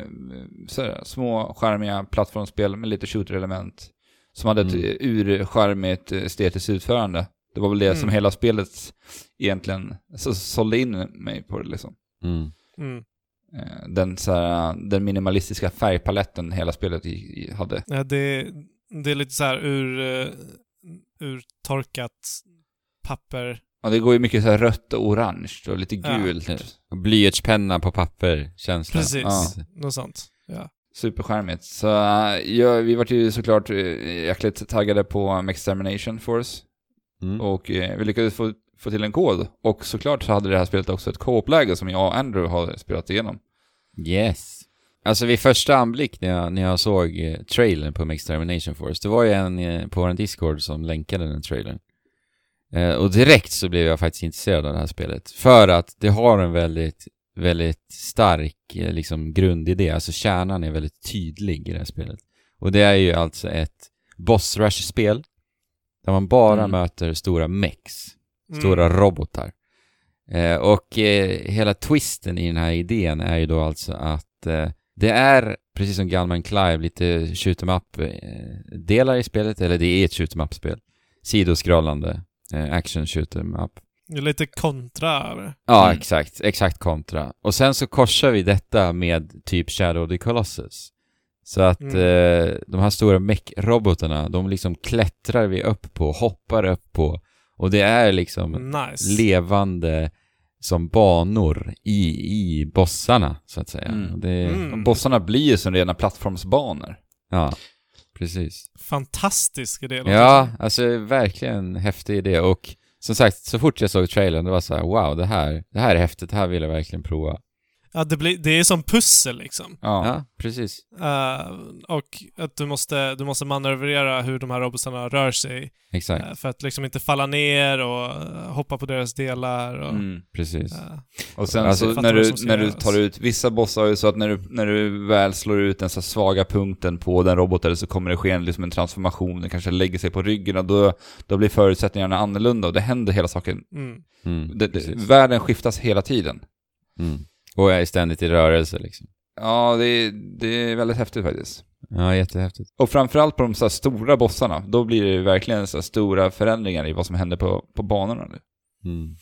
Speaker 3: så här, små skärmiga plattformsspel med lite shooter-element. Som hade ett
Speaker 1: Mm.
Speaker 3: mm. urskärmigt eh, estetiskt utförande. Det var väl det som
Speaker 2: Mm.
Speaker 3: hela spelet egentligen så, sålde in mig på det liksom.
Speaker 1: Mm.
Speaker 2: Mm.
Speaker 3: Eh, den, så här, den minimalistiska färgpaletten hela spelet i, i, hade.
Speaker 2: Ja, Eh, det, det är lite så här ur, eh, urtorkat papper.
Speaker 3: Ja, det går ju mycket så här rött och orange och lite
Speaker 2: Ja.
Speaker 3: gult.
Speaker 1: Och Blyertspenna på papper, känslan.
Speaker 2: Precis,
Speaker 3: Ja.
Speaker 2: något sånt. Ja.
Speaker 3: Superskärmigt. Så eh, jag, vi var ju såklart eh, jäkligt taggade på Max Extermination Force.
Speaker 1: Mm.
Speaker 3: Och eh, vi lyckades få, få till en kod. Och såklart så hade det här spelet också ett co-op-läge som jag och Andrew har spelat igenom.
Speaker 1: Yes. Alltså vid första anblick när jag, när jag såg eh, trailern på Mixed Termination Force, det var ju en eh, på vår Discord som länkade den trailern. Eh, och direkt så blev jag faktiskt intresserad av det här spelet. För att det har en väldigt, väldigt stark eh, liksom, grundidé. Alltså kärnan är väldigt tydlig i det här spelet. Och det är ju alltså ett boss rush-spel där man bara
Speaker 3: Mm.
Speaker 1: möter stora mechs
Speaker 2: Mm.
Speaker 1: stora robotar. Eh, och eh, hela twisten i den här idén är ju då alltså att eh, det är, precis som Gunman Clive, lite shoot em up-delar i spelet, eller det är ett shoot em up-spel. Sidoskrollande eh, action shoot em up.
Speaker 2: Det är lite kontra över det.
Speaker 1: Ja,
Speaker 3: Mm.
Speaker 1: exakt. Exakt kontra. Och sen så korsar vi detta med typ Shadow of the Colossus. Så att
Speaker 2: Mm.
Speaker 1: eh, de här stora mech-robotarna, de liksom klättrar vi upp på, hoppar upp på. Och det är liksom
Speaker 2: Mm. Nice.
Speaker 1: levande som banor i, i bossarna, så att säga.
Speaker 3: Mm.
Speaker 1: Och Det,
Speaker 2: Mm.
Speaker 3: Bossarna blir ju som rena plattformsbanor.
Speaker 1: Ja, precis.
Speaker 2: Fantastisk idé. låter
Speaker 1: Ja, alltså verkligen häftig idé och som sagt, så fort jag såg trailern, det var så här, wow, det här, det här är häftigt, det här vill jag verkligen prova.
Speaker 2: Ja, det, blir, det är som pussel liksom.
Speaker 1: Ja,
Speaker 3: Ja.
Speaker 1: precis.
Speaker 2: Eh, och att du måste, du måste manövrera hur de här robotarna rör sig
Speaker 1: Exakt,
Speaker 2: eh, för att liksom inte falla ner och eh, hoppa på deras delar. Och,
Speaker 3: Mm.
Speaker 1: precis.
Speaker 2: eh,
Speaker 3: Och sen
Speaker 1: Alltså,
Speaker 3: så
Speaker 2: fattar
Speaker 3: när
Speaker 2: vad
Speaker 3: du,
Speaker 2: som ska
Speaker 3: när du
Speaker 2: göras.
Speaker 3: tar ut, vissa bossar är ju så att när du, när du väl slår ut den så här svaga punkten på den roboten så kommer det ske en, liksom en transformation, den kanske lägger sig på ryggen och då, då blir förutsättningarna annorlunda och det händer hela saken.
Speaker 2: mm.
Speaker 1: Mm,
Speaker 3: Det, det,
Speaker 1: precis.
Speaker 3: världen skiftas hela tiden.
Speaker 1: Mm. Och jag är ständigt i rörelse liksom.
Speaker 3: Ja, det, det är väldigt häftigt faktiskt.
Speaker 1: Ja, jättehäftigt.
Speaker 3: Och framförallt på de så här stora bossarna, då blir det ju verkligen så här stora förändringar i vad som händer på, på banorna nu.
Speaker 1: Mm.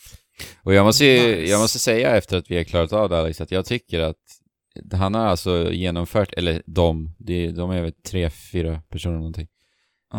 Speaker 1: Och jag måste, ju,
Speaker 2: Nice.
Speaker 1: jag måste säga efter att vi har klarat av det Alex, att jag tycker att han har alltså genomfört, eller de, det- de är väl tre, fyra personer någonting.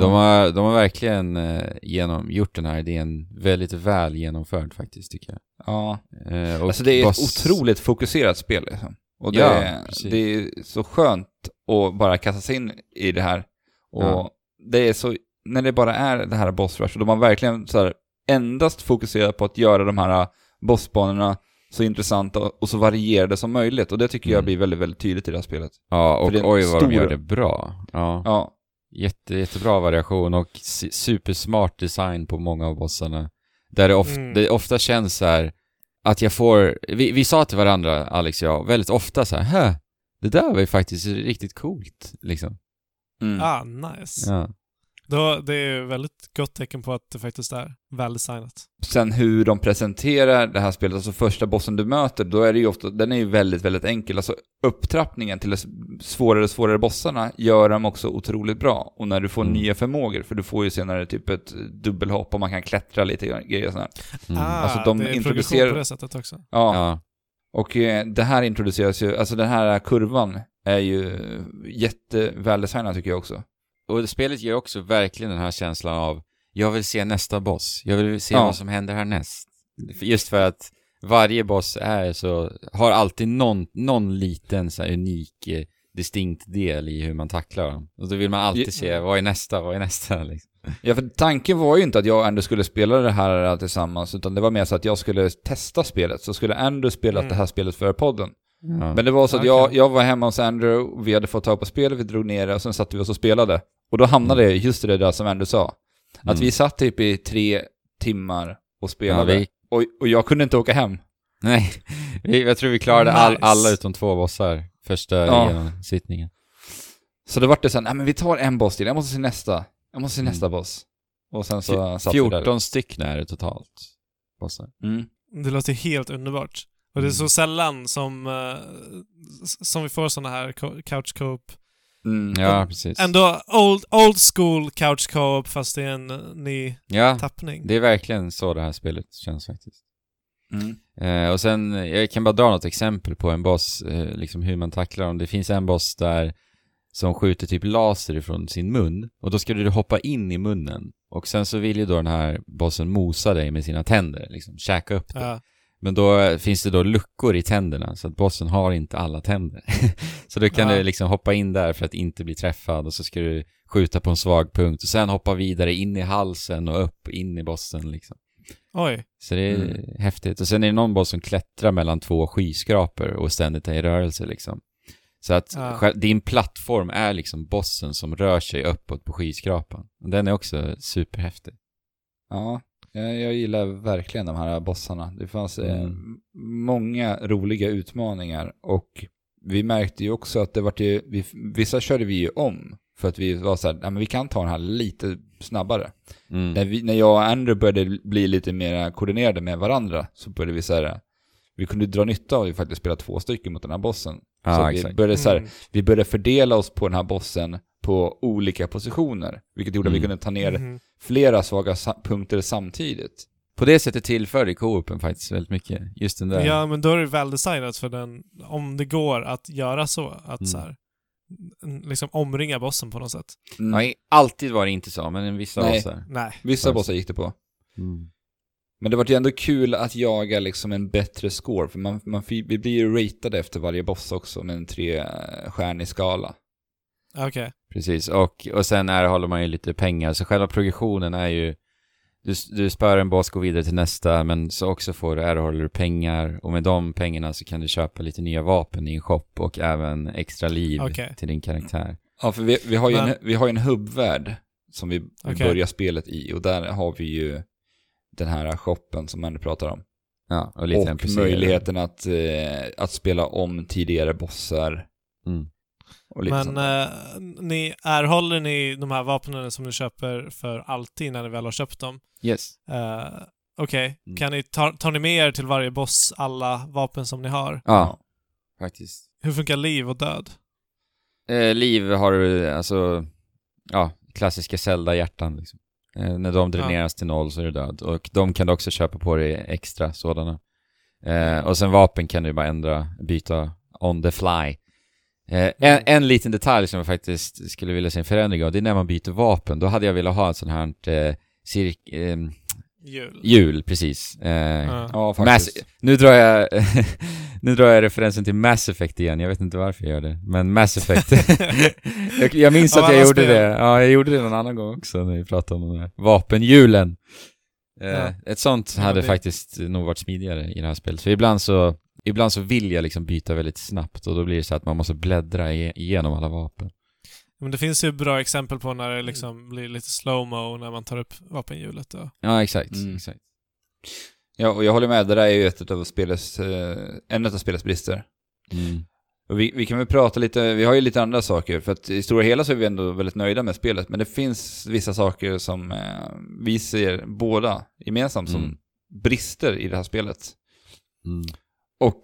Speaker 1: De, har, de har verkligen eh, genom, gjort den här idén väldigt väl genomförd faktiskt tycker jag.
Speaker 3: Ja.
Speaker 1: Eh, och
Speaker 3: Alltså det är
Speaker 1: boss-
Speaker 3: ett otroligt fokuserat spel liksom. Och det,
Speaker 1: Ja,
Speaker 3: är,
Speaker 1: precis.
Speaker 3: det är så skönt att bara kasta sig in i det här. Och
Speaker 1: Ja.
Speaker 3: det är så, när det bara är det här boss rush, och de har verkligen så här endast fokuserat på att göra de här äh, bossbanorna så intressanta och så varierade som möjligt. Och det tycker jag
Speaker 1: Mm.
Speaker 3: blir väldigt, väldigt tydligt i det här spelet.
Speaker 1: Ja,
Speaker 3: för
Speaker 1: och
Speaker 3: det är en
Speaker 1: oj vad
Speaker 3: stor-
Speaker 1: de gör det bra. Ja,
Speaker 3: Ja,
Speaker 1: Jätte, jättebra variation och si- supersmart design på många av bossarna. Där det, of-
Speaker 2: Mm.
Speaker 1: det ofta känns så här att jag får, vi, vi sa till varandra, Alex och jag, väldigt ofta så här, Hä, det där var ju faktiskt riktigt coolt liksom.
Speaker 3: mm.
Speaker 2: Ah, nice.
Speaker 1: Ja.
Speaker 2: Då, det är ju väldigt gott tecken på att det faktiskt är väldesignat.
Speaker 3: Sen hur de presenterar det här spelet, alltså första bossen du möter, då är det ju ofta, den är ju väldigt, väldigt enkel. Alltså upptrappningen till de s- svårare och svårare bossarna gör dem också otroligt bra. Och när du får
Speaker 1: Mm.
Speaker 3: nya förmågor, för du får ju senare typ ett dubbelhopp och man kan klättra lite grann, grejer och sådär.
Speaker 1: Mm.
Speaker 2: Ah,
Speaker 3: Alltså, de
Speaker 2: det är
Speaker 3: introducerar-
Speaker 2: progression på det sättet också.
Speaker 3: Ja.
Speaker 1: ja.
Speaker 3: och eh, det här introduceras ju, alltså den här kurvan är ju jätteväldesigna tycker jag också.
Speaker 1: Och spelet ger också verkligen den här känslan av, jag vill se nästa boss, jag vill se
Speaker 3: Ja.
Speaker 1: vad som händer härnäst. Just för att varje boss är så, har alltid någon, någon liten så här unik, eh, distinkt del i hur man tacklar dem. Och då vill man alltid se, vad är nästa, vad är nästa *laughs* liksom.
Speaker 3: Ja, för tanken var ju inte att jag och Andrew skulle spela det här tillsammans, utan det var mer så att jag skulle testa spelet, så skulle Andrew spela
Speaker 2: Mm.
Speaker 3: det här spelet för podden.
Speaker 1: Ja.
Speaker 3: Men det var så att
Speaker 2: Okej.
Speaker 3: jag, jag var hemma hos Andrew, vi hade fått tag på spelet, vi drog ner det och sen satte vi oss och spelade. Och då hamnade jag just i det där som Andrew sa. Att
Speaker 1: Mm.
Speaker 3: vi satt typ i tre timmar och
Speaker 1: ja,
Speaker 3: spelade.
Speaker 1: vi,
Speaker 3: och, och jag kunde inte åka hem.
Speaker 1: nej, *laughs* vi, jag tror vi klarade all,
Speaker 2: Nice.
Speaker 1: alla utom två bossar första
Speaker 3: Ja.
Speaker 1: genomsittningen.
Speaker 3: Så då var det sen, nej men vi tar en boss till, jag måste se nästa. Jag måste se
Speaker 1: Mm.
Speaker 3: nästa boss. Och sen så satt vi där.
Speaker 1: 14 stycken är det totalt. Bossar.
Speaker 3: Mm.
Speaker 2: Det låter helt underbart. Och det är så sällan som, eh, s- som vi får såna här co- couch co-op.
Speaker 3: Mm.
Speaker 1: Ja, precis.
Speaker 2: Ändå old, old school couch co-op fast det är en eh, ny
Speaker 1: Ja,
Speaker 2: tappning.
Speaker 1: det är verkligen så det här spelet känns faktiskt.
Speaker 3: Mm.
Speaker 1: Eh, och sen, eh, jag kan bara dra något exempel på en boss, eh, liksom hur man tacklar dem. Det finns en boss där som skjuter typ laser ifrån sin mun och då ska du hoppa in i munnen. Och sen så vill ju då den här bossen mosa dig med sina tänder, liksom käka upp dig.
Speaker 2: Ja.
Speaker 1: Men då eh, finns det då luckor i tänderna så att bossen har inte alla tänder. *laughs* så då kan
Speaker 2: Ja.
Speaker 1: du liksom hoppa in där för att inte bli träffad och så ska du skjuta på en svag punkt och sen hoppa vidare in i halsen och upp in i bossen liksom.
Speaker 2: Oj.
Speaker 1: Så det är
Speaker 3: Mm.
Speaker 1: häftigt. Och sen är det någon boss som klättrar mellan två skyskrapor och ständigt är i rörelse liksom. Så att
Speaker 2: Ja.
Speaker 1: sj- din plattform är liksom bossen som rör sig uppåt på skyskrapan. Och Den är också superhäftig.
Speaker 3: Ja, jag, jag gillar verkligen de här bossarna. Det fanns eh,
Speaker 1: Mm.
Speaker 3: m- många roliga utmaningar och vi märkte ju också att det vart ju, vi, vissa körde vi ju om för att vi var så här, "Nej, men vi kan ta den här lite snabbare.
Speaker 1: Mm.
Speaker 3: När, vi, när jag och Andrew började bli lite mer koordinerade med varandra så började vi så här, vi kunde dra nytta av att vi faktiskt spelade två stycken mot den här bossen.
Speaker 1: Ja,
Speaker 3: så att vi
Speaker 1: exakt.
Speaker 3: började så här,
Speaker 2: Mm.
Speaker 3: vi började fördela oss på den här bossen på olika positioner, vilket gjorde att vi
Speaker 1: Mm.
Speaker 3: kunde ta ner
Speaker 2: Mhm.
Speaker 3: flera svaga sa- punkter samtidigt.
Speaker 1: På det sättet tillför det co-open faktiskt väldigt mycket. Just den där.
Speaker 2: Ja, men då är det väldesignat för den, om det går att göra så, att
Speaker 1: Mm.
Speaker 2: så här, n- liksom omringa bossen på något sätt.
Speaker 3: Mm.
Speaker 1: Ja, i- alltid var det inte så, men i vissa
Speaker 3: Nej.
Speaker 1: bossar. Mm.
Speaker 2: Nej.
Speaker 3: Vissa bossar gick det på. Men det var ju ändå kul att jaga liksom en bättre score, för man, man, fi- vi blir ju ratade efter varje boss också med en trestjärnig skala.
Speaker 2: Okej.
Speaker 1: Precis, och, och sen är, håller man ju lite pengar, så själva progressionen är ju du, du spör en boss, går vidare till nästa, men så också får du, erhåller du pengar och med de pengarna så kan du köpa lite nya vapen i en shop och även extra liv
Speaker 2: Okej.
Speaker 1: till din karaktär.
Speaker 3: Ja, för vi, vi, har, ju
Speaker 2: Men-
Speaker 3: en, vi har ju en hubbvärld som vi vi
Speaker 2: Okej.
Speaker 3: börjar spelet i, och där har vi ju den här shoppen som man pratar om.
Speaker 1: Ja, och lite
Speaker 3: och möjligheten att, eh, att spela om tidigare bossar.
Speaker 1: Mm.
Speaker 3: Och lite
Speaker 2: Men
Speaker 3: sånt. där.
Speaker 2: eh, ni erhåller ni de här vapnen som ni köper för alltid när ni väl har köpt dem?
Speaker 1: Yes.
Speaker 2: Eh, Okej,
Speaker 1: Mm.
Speaker 2: kan ni, tar, tar ni med er till varje boss alla vapen som ni har?
Speaker 1: Ja, faktiskt.
Speaker 2: Hur funkar liv och död?
Speaker 1: Eh, liv har du, alltså, ja, klassiska Zelda-hjärtan liksom. Eh, när de dräneras till noll så är du död. Och de kan du också köpa på dig extra sådana. Eh, och sen vapen kan du bara ändra, byta on the fly. Eh, en, en liten detalj som jag faktiskt skulle vilja se en förändring av, det är när man byter vapen. Då hade jag velat ha ett sånt här eh, cirk, eh,
Speaker 2: Jul?
Speaker 1: hjul, precis. Eh,
Speaker 2: Ja.
Speaker 3: ja,
Speaker 1: Mass,
Speaker 3: faktiskt.
Speaker 1: nu, drar jag, *laughs* nu drar jag referensen till Mass Effect igen, jag vet inte varför jag gör det. Men Mass Effect. jag, jag minns
Speaker 2: Av
Speaker 1: att jag
Speaker 2: alla
Speaker 1: gjorde
Speaker 2: spel.
Speaker 1: det. Ja, jag gjorde det någon annan gång också när vi pratade om de här vapenhjulen. Eh,
Speaker 2: Ja.
Speaker 1: Ett sånt
Speaker 2: Ja,
Speaker 1: hade
Speaker 2: det-
Speaker 1: faktiskt nog varit smidigare i det här spelet. För ibland så, ibland så vill jag liksom byta väldigt snabbt och då blir det så att man måste bläddra i- igenom alla vapen.
Speaker 2: Men det finns ju bra exempel på när det liksom blir lite slow-mo när man tar upp vapenhjulet. Då.
Speaker 1: Ja, exakt.
Speaker 3: Mm.
Speaker 1: exakt.
Speaker 3: Ja, och jag håller med, det där är ju ett av spelets, eh, en av spelets brister.
Speaker 1: Mm.
Speaker 3: Och vi, vi kan väl prata lite, vi har ju lite andra saker, för att i stora hela så är vi ändå väldigt nöjda med spelet, men det finns vissa saker som eh, vi ser båda gemensamt
Speaker 1: Mm.
Speaker 3: som brister i det här spelet.
Speaker 1: Mm.
Speaker 3: Och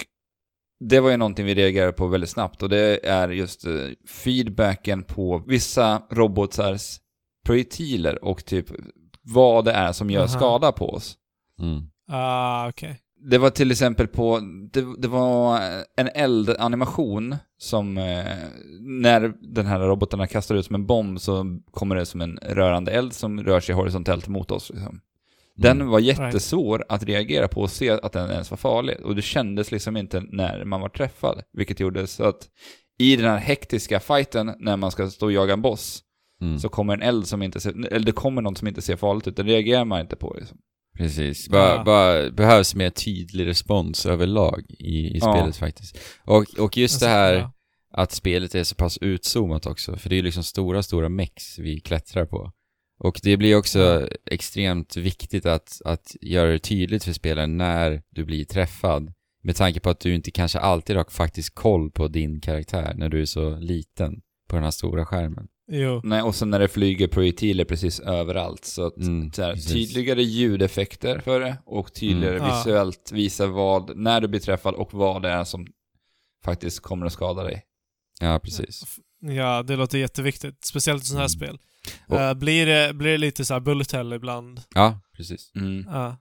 Speaker 3: det var ju någonting vi reagerade på väldigt snabbt och det är just eh, feedbacken på vissa robotars projektiler och typ vad det är som gör
Speaker 2: Aha.
Speaker 3: skada på oss.
Speaker 1: Mm.
Speaker 2: Ah, okej.
Speaker 3: Det var till exempel på, det, det var en eldanimation som eh, när den här robotarna kastar ut som en bomb så kommer det som en rörande eld som rör sig horisontellt mot oss. Liksom.
Speaker 1: Mm.
Speaker 2: Mm.
Speaker 3: Den var jättesvår att reagera på och se att den ens var farlig. Och det kändes liksom inte när man var träffad. Vilket gjorde så att i den här hektiska fighten när man ska stå och jaga en boss
Speaker 1: Mm.
Speaker 3: så kommer en eld som inte ser, eller det kommer något som inte ser farligt ut. Det reagerar man inte på liksom.
Speaker 1: Precis. Bara,
Speaker 2: Ja.
Speaker 1: bara behövs mer tydlig respons överlag i, i
Speaker 3: Ja.
Speaker 1: spelet faktiskt. Och, och just det här
Speaker 2: Alltså, Ja.
Speaker 1: att spelet är så pass utzoomat också, för det är ju liksom stora, stora mex vi klättrar på. Och det blir också extremt viktigt att, att göra det tydligt för spelaren när du blir träffad, med tanke på att du inte kanske alltid har faktiskt koll på din karaktär när du är så liten på den här stora skärmen.
Speaker 2: Jo.
Speaker 3: Nej, och sen när det flyger projektiler precis överallt. Så att
Speaker 1: Mm,
Speaker 3: så här,
Speaker 1: precis.
Speaker 3: tydligare ljudeffekter för det och tydligare
Speaker 2: Mm. Ja.
Speaker 3: visuellt visa vad, när du blir träffad och vad det är som faktiskt kommer att skada dig.
Speaker 1: Ja, precis.
Speaker 2: Ja, det låter jätteviktigt. Speciellt i sådana här spel.
Speaker 1: Mm. Och-
Speaker 2: Eh, blir, det, blir det lite så här bullet hell ibland?
Speaker 1: Ja, precis.
Speaker 3: Mm.
Speaker 2: Ja.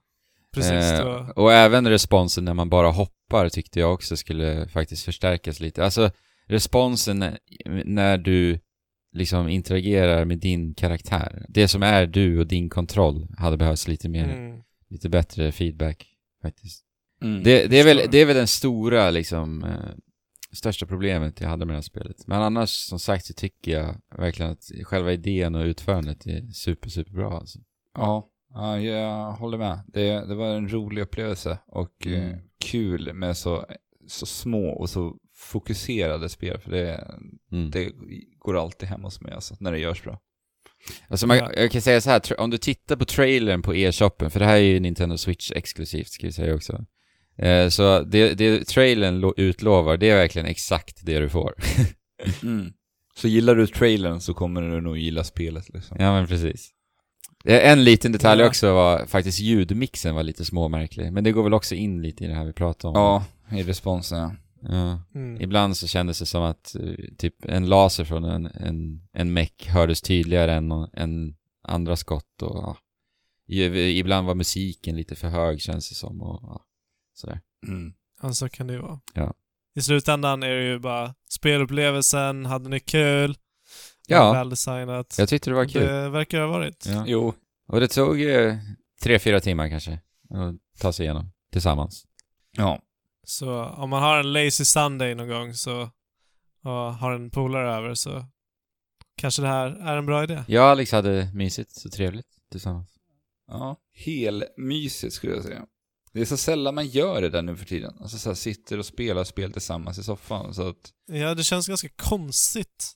Speaker 2: Precis.
Speaker 1: Eh,
Speaker 2: då.
Speaker 1: och även responsen när man bara hoppar tyckte jag också skulle faktiskt förstärkas lite. Alltså responsen när- när du liksom interagerar med din karaktär. Det som är du och din kontroll hade behövts lite mer,
Speaker 2: Mm.
Speaker 1: lite bättre feedback faktiskt.
Speaker 3: Mm.
Speaker 1: Det, det, är väl,
Speaker 2: förstår.
Speaker 1: det är väl den stora liksom, eh, största problemet jag hade med det här spelet. Men annars som sagt så tycker jag verkligen att själva idén och utförandet är super, super bra alltså.
Speaker 3: Ja, ja, jag håller med. Det, det var en rolig upplevelse och
Speaker 1: Mm.
Speaker 3: eh, kul med så, så små och så fokuserade spel. För det,
Speaker 1: Mm.
Speaker 3: det går alltid hem hos mig alltså, när det görs bra.
Speaker 1: Alltså man,
Speaker 2: Ja.
Speaker 1: jag kan säga så här, tra- om du tittar på trailern på e-shoppen, för det här är ju Nintendo Switch exklusivt ska vi säga också. Eh, så det, det trailern lo- utlovar, det är verkligen exakt det du får. *laughs* Mm.
Speaker 3: Så gillar du trailern så kommer du nog gilla spelet liksom.
Speaker 1: ja men precis. Eh, En liten detalj
Speaker 2: Ja.
Speaker 1: också var faktiskt ljudmixen var lite småmärklig, men det går väl också in lite i det här vi pratar om.
Speaker 3: Ja, i responsen ja.
Speaker 1: Ja.
Speaker 2: Mm.
Speaker 1: Ibland så kändes det som att eh, typ en laser från en, en, en meck hördes tydligare än, än andra skott och ja. I- Ibland var musiken lite för hög känns det som och ja. sådär.
Speaker 3: Mm.
Speaker 2: Ja, så kan det ju vara.
Speaker 1: Ja.
Speaker 2: I slutändan är det ju bara spelupplevelsen, hade ni kul?
Speaker 1: Ja.
Speaker 2: Väldesignat.
Speaker 1: Jag tyckte det var kul.
Speaker 2: Det verkar ha varit.
Speaker 1: Ja.
Speaker 3: Jo,
Speaker 1: Och det tog eh, tre, fyra timmar kanske att ta sig igenom tillsammans.
Speaker 3: ja.
Speaker 2: Så om man har en lazy Sunday någon gång så, och har en polare över så kanske det här är en bra idé.
Speaker 1: Jag och Alex hade mysigt så trevligt tillsammans.
Speaker 3: Ja, helmysigt skulle jag säga. Det är så sällan man gör det där nu för tiden. Alltså så här, sitter och spelar spel tillsammans i soffan. Så att,
Speaker 2: Ja, det känns ganska konstigt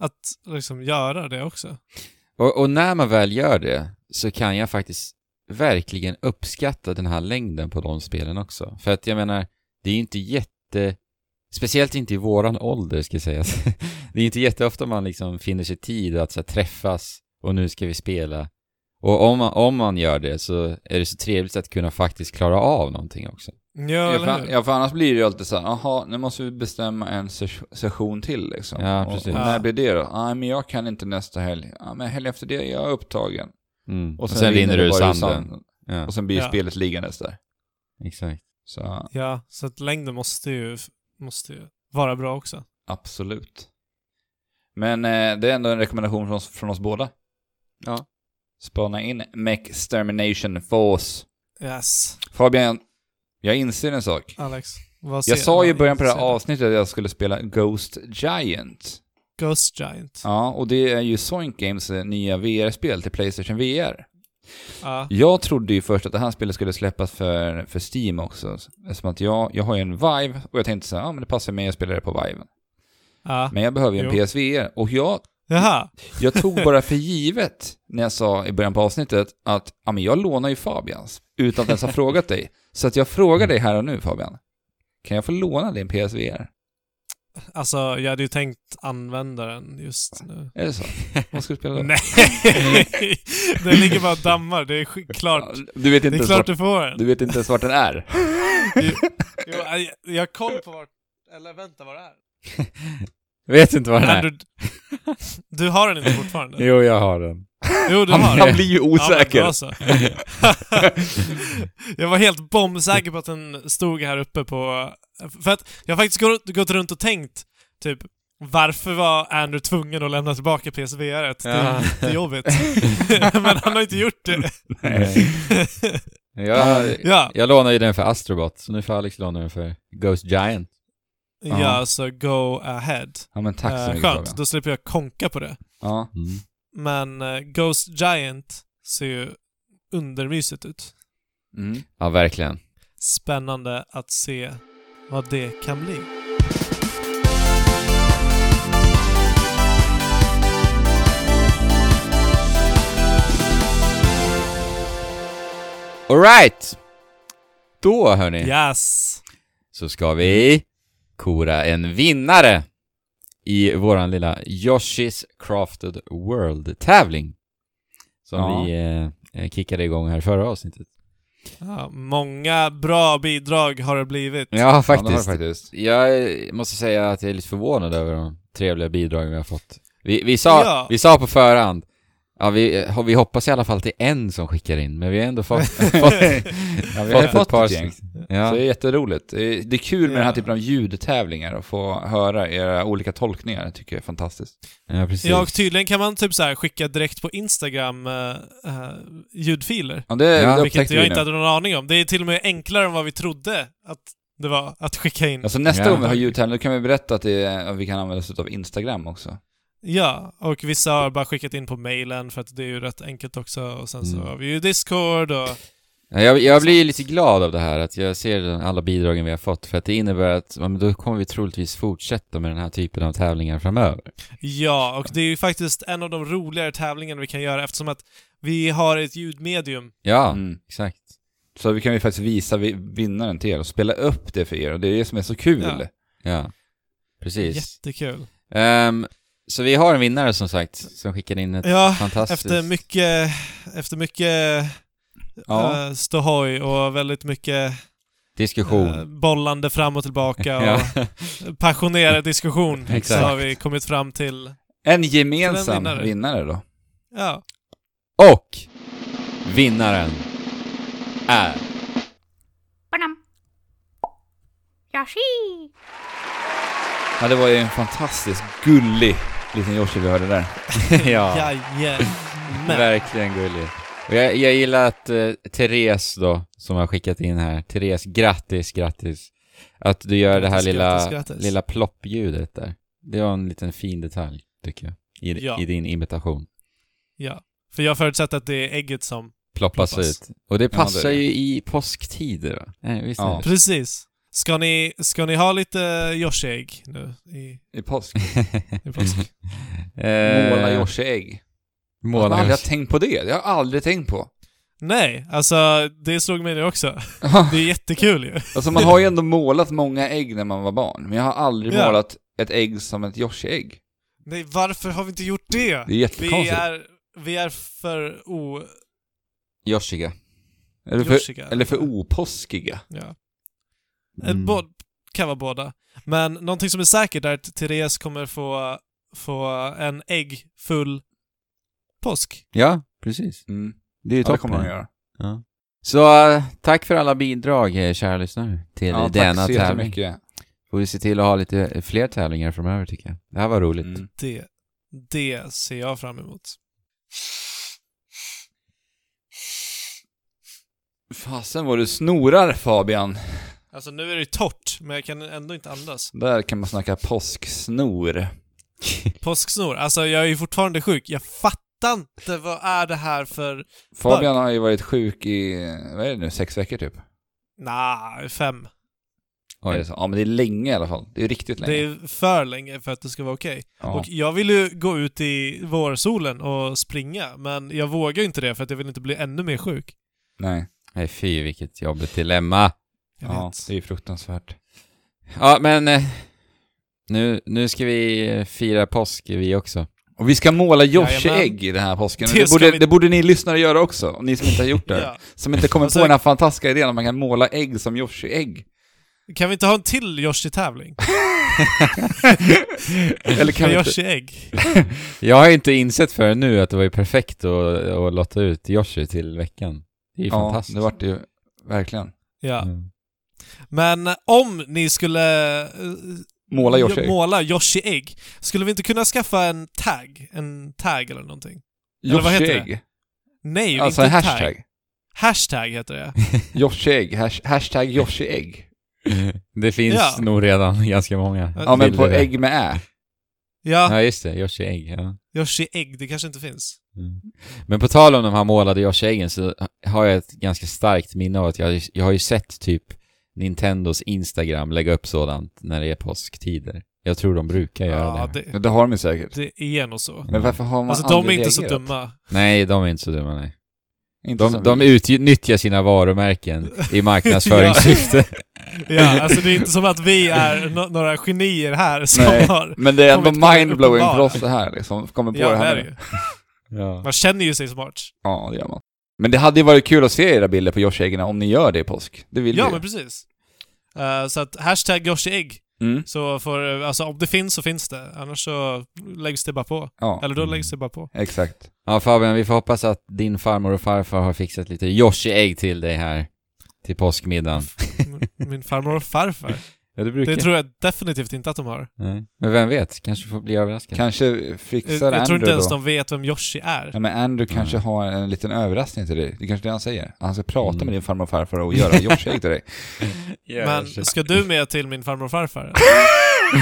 Speaker 2: att liksom göra det också.
Speaker 1: Och, och när man väl gör det så kan jag faktiskt verkligen uppskatta den här längden på de spelen också. För att jag menar, det är ju inte jätte... Speciellt inte i våran ålder ska sägas. *laughs* det är inte jätteofta man liksom finner sig tid att så här, träffas och nu ska vi spela. Och om man, om man gör det så är det så trevligt att kunna faktiskt klara av någonting också.
Speaker 2: Ja,
Speaker 3: ja,
Speaker 2: eller
Speaker 3: för,
Speaker 2: hur?
Speaker 3: ja, för annars blir det ju alltid så här, jaha, nu måste vi bestämma en ses- session till liksom.
Speaker 1: Ja,
Speaker 3: och,
Speaker 1: precis.
Speaker 3: och när
Speaker 2: Ja.
Speaker 3: blir det då? Nej, men jag kan inte nästa helg. Ja, men helg efter det är jag upptagen.
Speaker 1: Mm. Och sen, rinner du ur
Speaker 3: bara
Speaker 1: sanden. Ja,
Speaker 3: Och sen blir
Speaker 2: Ja.
Speaker 3: spelet liggandes där.
Speaker 1: exakt.
Speaker 3: Så
Speaker 2: Ja, så att längden måste ju, måste ju vara bra också.
Speaker 3: absolut. Men eh, det är ändå en rekommendation från oss, från oss båda.
Speaker 1: Ja.
Speaker 3: Spana in McStermination Force.
Speaker 2: Yes,
Speaker 3: Fabian, jag inser en sak.
Speaker 2: Alex. Vad
Speaker 3: Jag
Speaker 2: ser-
Speaker 3: sa ju i
Speaker 2: vad
Speaker 3: början på det här
Speaker 2: ser du?
Speaker 3: avsnittet att jag skulle spela Ghost Giant.
Speaker 2: Ghost Giant. Ja.
Speaker 3: Ja, och det är ju Soink Games eh, nya VR-spel till Playstation VR. Jag trodde ju först att det här spelet skulle släppas för, för Steam också. Eftersom att jag, jag har ju en Vive och jag tänkte så här, ja men det passar mig att spela det på Viven.
Speaker 2: ja.
Speaker 3: Men jag behöver ju en
Speaker 2: Jo.
Speaker 3: PSVR och jag,
Speaker 2: Jaha.
Speaker 3: jag tog bara för givet när jag sa i början på avsnittet att ja, men jag lånar ju Fabians utan att ens ha frågat dig. Så att jag frågar dig här och nu Fabian, kan jag få låna din PSVR?
Speaker 2: Alltså, jag hade ju tänkt använda den just nu.
Speaker 3: Är det så? Vad ska du spela då?
Speaker 2: *laughs* Nej! *laughs* den ligger bara och dammar. Det är sk- klart.
Speaker 3: Du vet inte
Speaker 2: Det är
Speaker 3: ens
Speaker 2: klart
Speaker 3: vart,
Speaker 2: du får den.
Speaker 3: du vet inte ens vart den är.
Speaker 2: Jo, jag, jag har koll på vart... Eller vänta, vad det är.
Speaker 1: Vet inte vad den är.
Speaker 2: Andrew, du har den inte fortfarande?
Speaker 1: Jo, jag har den.
Speaker 2: Jo, du
Speaker 3: Han,
Speaker 2: har den.
Speaker 3: han blir ju osäker.
Speaker 2: Ja, men bra så. *laughs* jag var helt bombsäker på att den stod här uppe på... För att jag har faktiskt gått, gått runt och tänkt, typ, varför var Andrew tvungen att lämna tillbaka PSVR? -et? Det
Speaker 1: Ja.
Speaker 3: *laughs*
Speaker 2: är jättejobbigt. *laughs* Men han har inte gjort det.
Speaker 1: Jag,
Speaker 2: Ja,
Speaker 1: jag lånade ju den för Astrobot, så nu får Alex låna den för Ghost Giant.
Speaker 2: ja så go ahead.
Speaker 3: Ja men tack så
Speaker 2: Eh,
Speaker 3: mycket
Speaker 2: skönt,
Speaker 3: Fabian.
Speaker 2: då slipper jag konka på det.
Speaker 3: Ja.
Speaker 1: Mm.
Speaker 2: Men eh, Ghost Giant ser ju undermysigt ut.
Speaker 3: Mm.
Speaker 1: Ja, verkligen.
Speaker 2: Spännande att se vad det kan bli.
Speaker 1: Alright! Då hörni,
Speaker 2: Yes!
Speaker 1: så ska vi kora en vinnare i våran lilla Yoshi's Crafted World-tävling. Som
Speaker 3: Ja.
Speaker 1: vi eh, eh, kickade igång här förra avsnittet.
Speaker 2: Ja, många bra bidrag har det blivit.
Speaker 1: Ja,
Speaker 3: Ja, det har
Speaker 1: faktiskt.
Speaker 3: det faktiskt.
Speaker 1: Jag eh, måste säga att jag är lite förvånad över de trevliga bidrag vi har fått. Vi, vi, sa,
Speaker 2: Ja.
Speaker 1: vi sa på förhand, ja, vi, eh, vi hoppas i alla fall till en som skickar in, men vi har ändå *laughs* fått, fått,
Speaker 3: Ja,
Speaker 1: fått
Speaker 3: vi har
Speaker 1: ett
Speaker 3: fått
Speaker 1: par
Speaker 3: ett gäng. Så det
Speaker 1: Ja,
Speaker 3: är jätteroligt. Det är- det är kul med den här
Speaker 2: Ja.
Speaker 3: typen av ljudtävlingar och få höra era olika tolkningar. Det tycker jag är fantastiskt.
Speaker 1: ja, precis.
Speaker 2: Ja, och tydligen kan man typ så här skicka direkt på Instagram eh, eh, ljudfiler.
Speaker 3: Ja, det,
Speaker 1: Ja.
Speaker 3: det
Speaker 2: Vilket
Speaker 3: upptäckte
Speaker 2: jag
Speaker 3: vi
Speaker 2: inte
Speaker 3: nu.
Speaker 2: hade någon aning om. Det är till och med enklare än vad vi trodde att det var att skicka in.
Speaker 3: Alltså nästa
Speaker 1: Ja.
Speaker 3: gång vi har ljudtävling, då kan vi berätta att, det är, att vi kan använda oss av Instagram också.
Speaker 2: Ja, och vissa har bara skickat in på mailen för att det är ju rätt enkelt också. Och sen så
Speaker 1: Mm.
Speaker 2: har vi ju Discord och...
Speaker 1: Ja, Jag, jag blir ju lite glad av det här, att jag ser den- alla bidragen vi har fått, för att det innebär att ja, men då kommer vi troligtvis fortsätta med den här typen av tävlingar framöver.
Speaker 2: Ja, och det är ju faktiskt en av de roligare tävlingarna vi kan göra eftersom att vi har ett ljudmedium.
Speaker 1: Ja,
Speaker 3: Mm.
Speaker 1: exakt.
Speaker 3: Så vi kan ju faktiskt visa vi- vinnaren till er och spela upp det för er. Och det är det som är så kul.
Speaker 2: Ja.
Speaker 1: Ja, precis.
Speaker 2: Jättekul.
Speaker 1: Ehm, så vi har en vinnare som sagt, som skickade in ett
Speaker 2: Ja,
Speaker 1: fantastiskt...
Speaker 2: Eh, Efter mycket, efter mycket
Speaker 3: Ja.
Speaker 2: eh, ståhoj och väldigt mycket
Speaker 1: Diskussion.
Speaker 2: eh, bollande fram
Speaker 3: *laughs*
Speaker 2: och tillbaka och
Speaker 1: ja.
Speaker 2: passionerad diskussion så
Speaker 1: Exakt.
Speaker 2: har vi kommit fram till...
Speaker 3: En gemensam
Speaker 2: Till en
Speaker 3: vinnare.
Speaker 2: vinnare.
Speaker 3: då.
Speaker 2: Ja.
Speaker 1: Och vinnaren är...
Speaker 4: Panam. Yoshi.
Speaker 3: Ja, det var ju en fantastiskt gullig liten Yoshi vi hörde
Speaker 2: *laughs*
Speaker 3: där.
Speaker 1: ja,
Speaker 2: Jajamän.
Speaker 1: verkligen gullig. Och jag, jag gillar att eh, Therese då, som har skickat in här, Therese, grattis, grattis. Att du gör det här
Speaker 2: Grattis,
Speaker 1: lilla,
Speaker 2: grattis, grattis.
Speaker 1: lilla ploppljudet där. Det var en liten fin detalj, tycker jag, i,
Speaker 2: Ja.
Speaker 1: i din imitation.
Speaker 2: Ja. För jag förutsätter att det är ägget som...
Speaker 1: Ploppas,
Speaker 2: Ploppas.
Speaker 1: ut. Och det
Speaker 3: Ja, det är
Speaker 1: passar
Speaker 3: det.
Speaker 1: ju i påsktider, va? Nej, visst
Speaker 3: Ja.
Speaker 1: är det?
Speaker 2: Precis. Ska ni, ska ni ha lite Yoshi-ägg nu i,
Speaker 3: I påsk.
Speaker 2: i
Speaker 3: *laughs*
Speaker 2: påsk?
Speaker 1: Eh,
Speaker 3: Måla Yoshi-ägg. Jag har
Speaker 1: Måla
Speaker 3: aldrig
Speaker 1: Yoshi.
Speaker 3: tänkt på det. Jag har aldrig tänkt på.
Speaker 2: Nej, alltså det slog mig nu också. Det är jättekul ju.
Speaker 3: Alltså man har ju ändå målat många ägg när man var barn, men jag har aldrig
Speaker 2: Ja.
Speaker 3: målat ett ägg som ett Yoshi-ägg.
Speaker 2: Nej, varför har vi inte gjort det?
Speaker 3: Det är
Speaker 2: Vi
Speaker 3: jättekonstigt.
Speaker 2: är, vi är för o...
Speaker 1: Yoshiga.
Speaker 3: Eller, för,
Speaker 2: Yoshiga.
Speaker 3: eller för opåskiga.
Speaker 2: Ja. Mm. Både, kan vara båda. Men någonting som är säkert är att Therese kommer få, få en ägg full påsk.
Speaker 1: Ja, precis.
Speaker 3: Mm.
Speaker 1: Det är ju
Speaker 3: Ja, det
Speaker 1: toppen.
Speaker 3: kommer de göra.
Speaker 1: Så eh, tack för alla bidrag, eh, kära lyssnare, till
Speaker 3: Ja,
Speaker 1: denna
Speaker 3: tack så
Speaker 1: tävling.
Speaker 3: jättemycket.
Speaker 1: Får vi se till att ha lite fler tävlingar framöver tycker jag. Det här var roligt.
Speaker 3: Mm.
Speaker 2: Det, det ser jag fram emot.
Speaker 3: Fasen vad du snorar Fabian.
Speaker 2: Alltså nu är det ju torrt, men jag kan ändå inte andas.
Speaker 3: Där kan man snacka påsksnor.
Speaker 2: Påsksnor. Alltså jag är ju fortfarande sjuk. Jag fattar inte vad är det här för...
Speaker 3: Fabian har ju varit sjuk i, vad är det nu, sex veckor typ?
Speaker 2: Nah, fem.
Speaker 1: Oj.
Speaker 3: Är det så? Ja men det är länge i alla fall. Det är riktigt länge.
Speaker 2: Det är för länge för att det ska vara okej.
Speaker 3: ja.
Speaker 2: Och jag vill ju gå ut i vårsolen och springa, men jag vågar ju inte det för att jag vill inte bli ännu mer sjuk.
Speaker 3: Nej.
Speaker 1: Nej fy vilket jobbigt dilemma.
Speaker 2: Jag
Speaker 3: ja,
Speaker 2: vet.
Speaker 3: det är ju fruktansvärt.
Speaker 1: Ja men eh, nu, nu ska vi eh, fira påsk vi också.
Speaker 3: Och vi ska måla
Speaker 2: Jajamän.
Speaker 3: Yoshi-ägg i den här påsken.
Speaker 2: Det
Speaker 3: Det, det,
Speaker 2: ska
Speaker 3: borde,
Speaker 2: vi-
Speaker 3: det borde ni lyssnare göra också, och ni som inte har gjort det.
Speaker 2: *laughs* Ja.
Speaker 3: Som inte kommer
Speaker 2: Alltså-
Speaker 3: på den här fantastiska idén att man kan måla ägg som
Speaker 2: *laughs*
Speaker 3: Yoshi-ägg.
Speaker 2: Kan vi inte ha en till Yoshi-tävling?
Speaker 3: *laughs* Eller kan
Speaker 2: Med
Speaker 3: vi inte...
Speaker 2: Yoshi-ägg?
Speaker 1: Jag har inte insett förrän nu att det var ju perfekt att, att lotta ut Yoshi till veckan. Det är ju
Speaker 3: Ja,
Speaker 1: fantastiskt.
Speaker 3: det vart det ju. Verkligen.
Speaker 2: Ja.
Speaker 1: Mm. *laughs*
Speaker 2: Men eh, om ni skulle eh,
Speaker 3: Måla
Speaker 2: jo-
Speaker 3: Yoshi-ägg.
Speaker 2: måla Yoshi-ägg, skulle vi inte kunna skaffa en tag? En tag eller någonting? eller vad heter det?
Speaker 3: Yoshi-ägg.
Speaker 2: Nej,
Speaker 3: Alltså en
Speaker 2: inte
Speaker 3: hashtag.
Speaker 2: tag. Hashtag
Speaker 3: *laughs*
Speaker 2: heter det.
Speaker 3: Yoshi-ägg. Hash, hashtag Yoshi-ägg.
Speaker 1: Det finns
Speaker 2: Ja.
Speaker 1: nog redan *laughs* ganska många.
Speaker 2: Ja,
Speaker 3: Ja, men på
Speaker 1: bilder där.
Speaker 3: ägg med ä.
Speaker 2: Ja,
Speaker 1: Ja, just det. Yoshi Egg. Ja. Mm.
Speaker 2: Yoshi ägg, det kanske inte finns.
Speaker 1: Men på tal om de här målade Yoshi Eggen så har jag ett ganska starkt minne av att jag, jag har ju sett typ Nintendos Instagram lägga upp sådant när det är påsktider. Jag tror de brukar göra
Speaker 2: Ja,
Speaker 1: det.
Speaker 3: Ja,
Speaker 2: det,
Speaker 3: Det har de ju säkert.
Speaker 2: det är nog så.
Speaker 3: Men varför har man
Speaker 2: Alltså de är
Speaker 3: aldrig
Speaker 2: inte så
Speaker 3: reagerat?
Speaker 2: dumma.
Speaker 1: Nej, de är inte så dumma nej.
Speaker 3: Inte
Speaker 1: De,
Speaker 3: som
Speaker 1: de
Speaker 3: vi.
Speaker 1: utnyttjar sina varumärken i marknadsföringssyfte.
Speaker 2: Ja, alltså det är inte som att vi är no- några genier här som
Speaker 3: Nej.
Speaker 2: har...
Speaker 3: Men det är ändå
Speaker 2: kommit på det
Speaker 3: mindblowing
Speaker 2: uppenbara.
Speaker 3: för oss det här liksom. Kommer på
Speaker 2: Ja,
Speaker 3: det
Speaker 2: det
Speaker 3: här
Speaker 2: är
Speaker 3: nu.
Speaker 2: det
Speaker 1: *laughs*
Speaker 2: ju.
Speaker 1: ja.
Speaker 2: Man känner ju sig smart.
Speaker 3: Ja, det gör man. Men det hade ju varit kul att se era bilder på Josh-äggarna om ni gör det i påsk. Det vill
Speaker 2: Ja,
Speaker 3: vi
Speaker 2: men
Speaker 3: ju.
Speaker 2: precis. Eh, så att hashtag Yoshi-ägg,
Speaker 3: Mm.
Speaker 2: så får, eh, alltså om det finns så finns det. Annars så läggs det bara på.
Speaker 3: Ja,
Speaker 2: Eller då läggs det bara
Speaker 3: *laughs*
Speaker 2: på.
Speaker 3: exakt.
Speaker 1: ja, Fabian, vi får hoppas att din farmor och farfar har fixat lite Yoshi-ägg till dig här till påskmiddagen.
Speaker 2: M- Min farmor och farfar.
Speaker 1: Ja, det
Speaker 2: Det
Speaker 1: brukar
Speaker 2: tror jag definitivt inte att de har.
Speaker 1: Nej. Men vem vet, kanske får bli överraskad.
Speaker 3: Kanske
Speaker 2: Jag,
Speaker 3: fixar
Speaker 2: jag tror inte
Speaker 3: Andrew
Speaker 2: ens
Speaker 3: då.
Speaker 2: de vet vem Yoshi är.
Speaker 3: Ja, men Andrew kanske har en liten överraskning till dig. Det är kanske är det han säger. Han ska prata med din farmor och farfar och göra Josh-ägg till
Speaker 2: *laughs*
Speaker 3: dig.
Speaker 2: Men ska du med till min farmor
Speaker 3: *laughs*
Speaker 2: och farfar?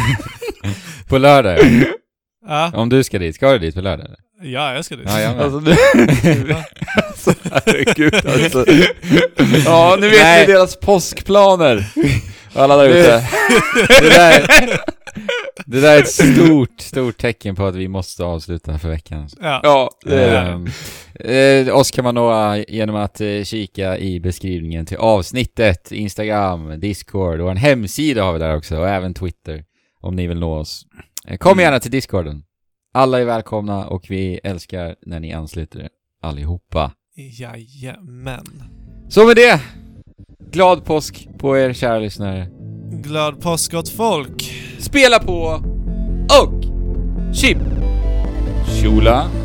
Speaker 1: *laughs* På lördag, ja.
Speaker 2: Ja,
Speaker 1: om du ska dit, ska du dit på lördag? eller?
Speaker 2: ja jag ska dit.
Speaker 1: Ja, jag med.
Speaker 3: *laughs* Alltså, du... alltså, herregud alltså. Ja, nu vet
Speaker 1: Nej.
Speaker 3: ni deras påskplaner. Alla där ute.
Speaker 1: Det där, det där är ett stort, stort tecken på att vi måste avsluta för veckan.
Speaker 2: Ja.
Speaker 3: Ja, det är det.
Speaker 1: Ehm, eh, oss kan man nå eh, genom att eh, kika i beskrivningen till avsnittet, Instagram, Discord och en hemsida har vi där också och även Twitter om ni vill nå oss. Eh, kom gärna till Discorden. Alla är välkomna och vi älskar när ni ansluter er allihopa.
Speaker 2: Jajamän.
Speaker 1: Så med det, glad påsk på er kära lyssnare.
Speaker 2: Glad påsk gott folk!
Speaker 1: Spela på och chip!
Speaker 3: Shula.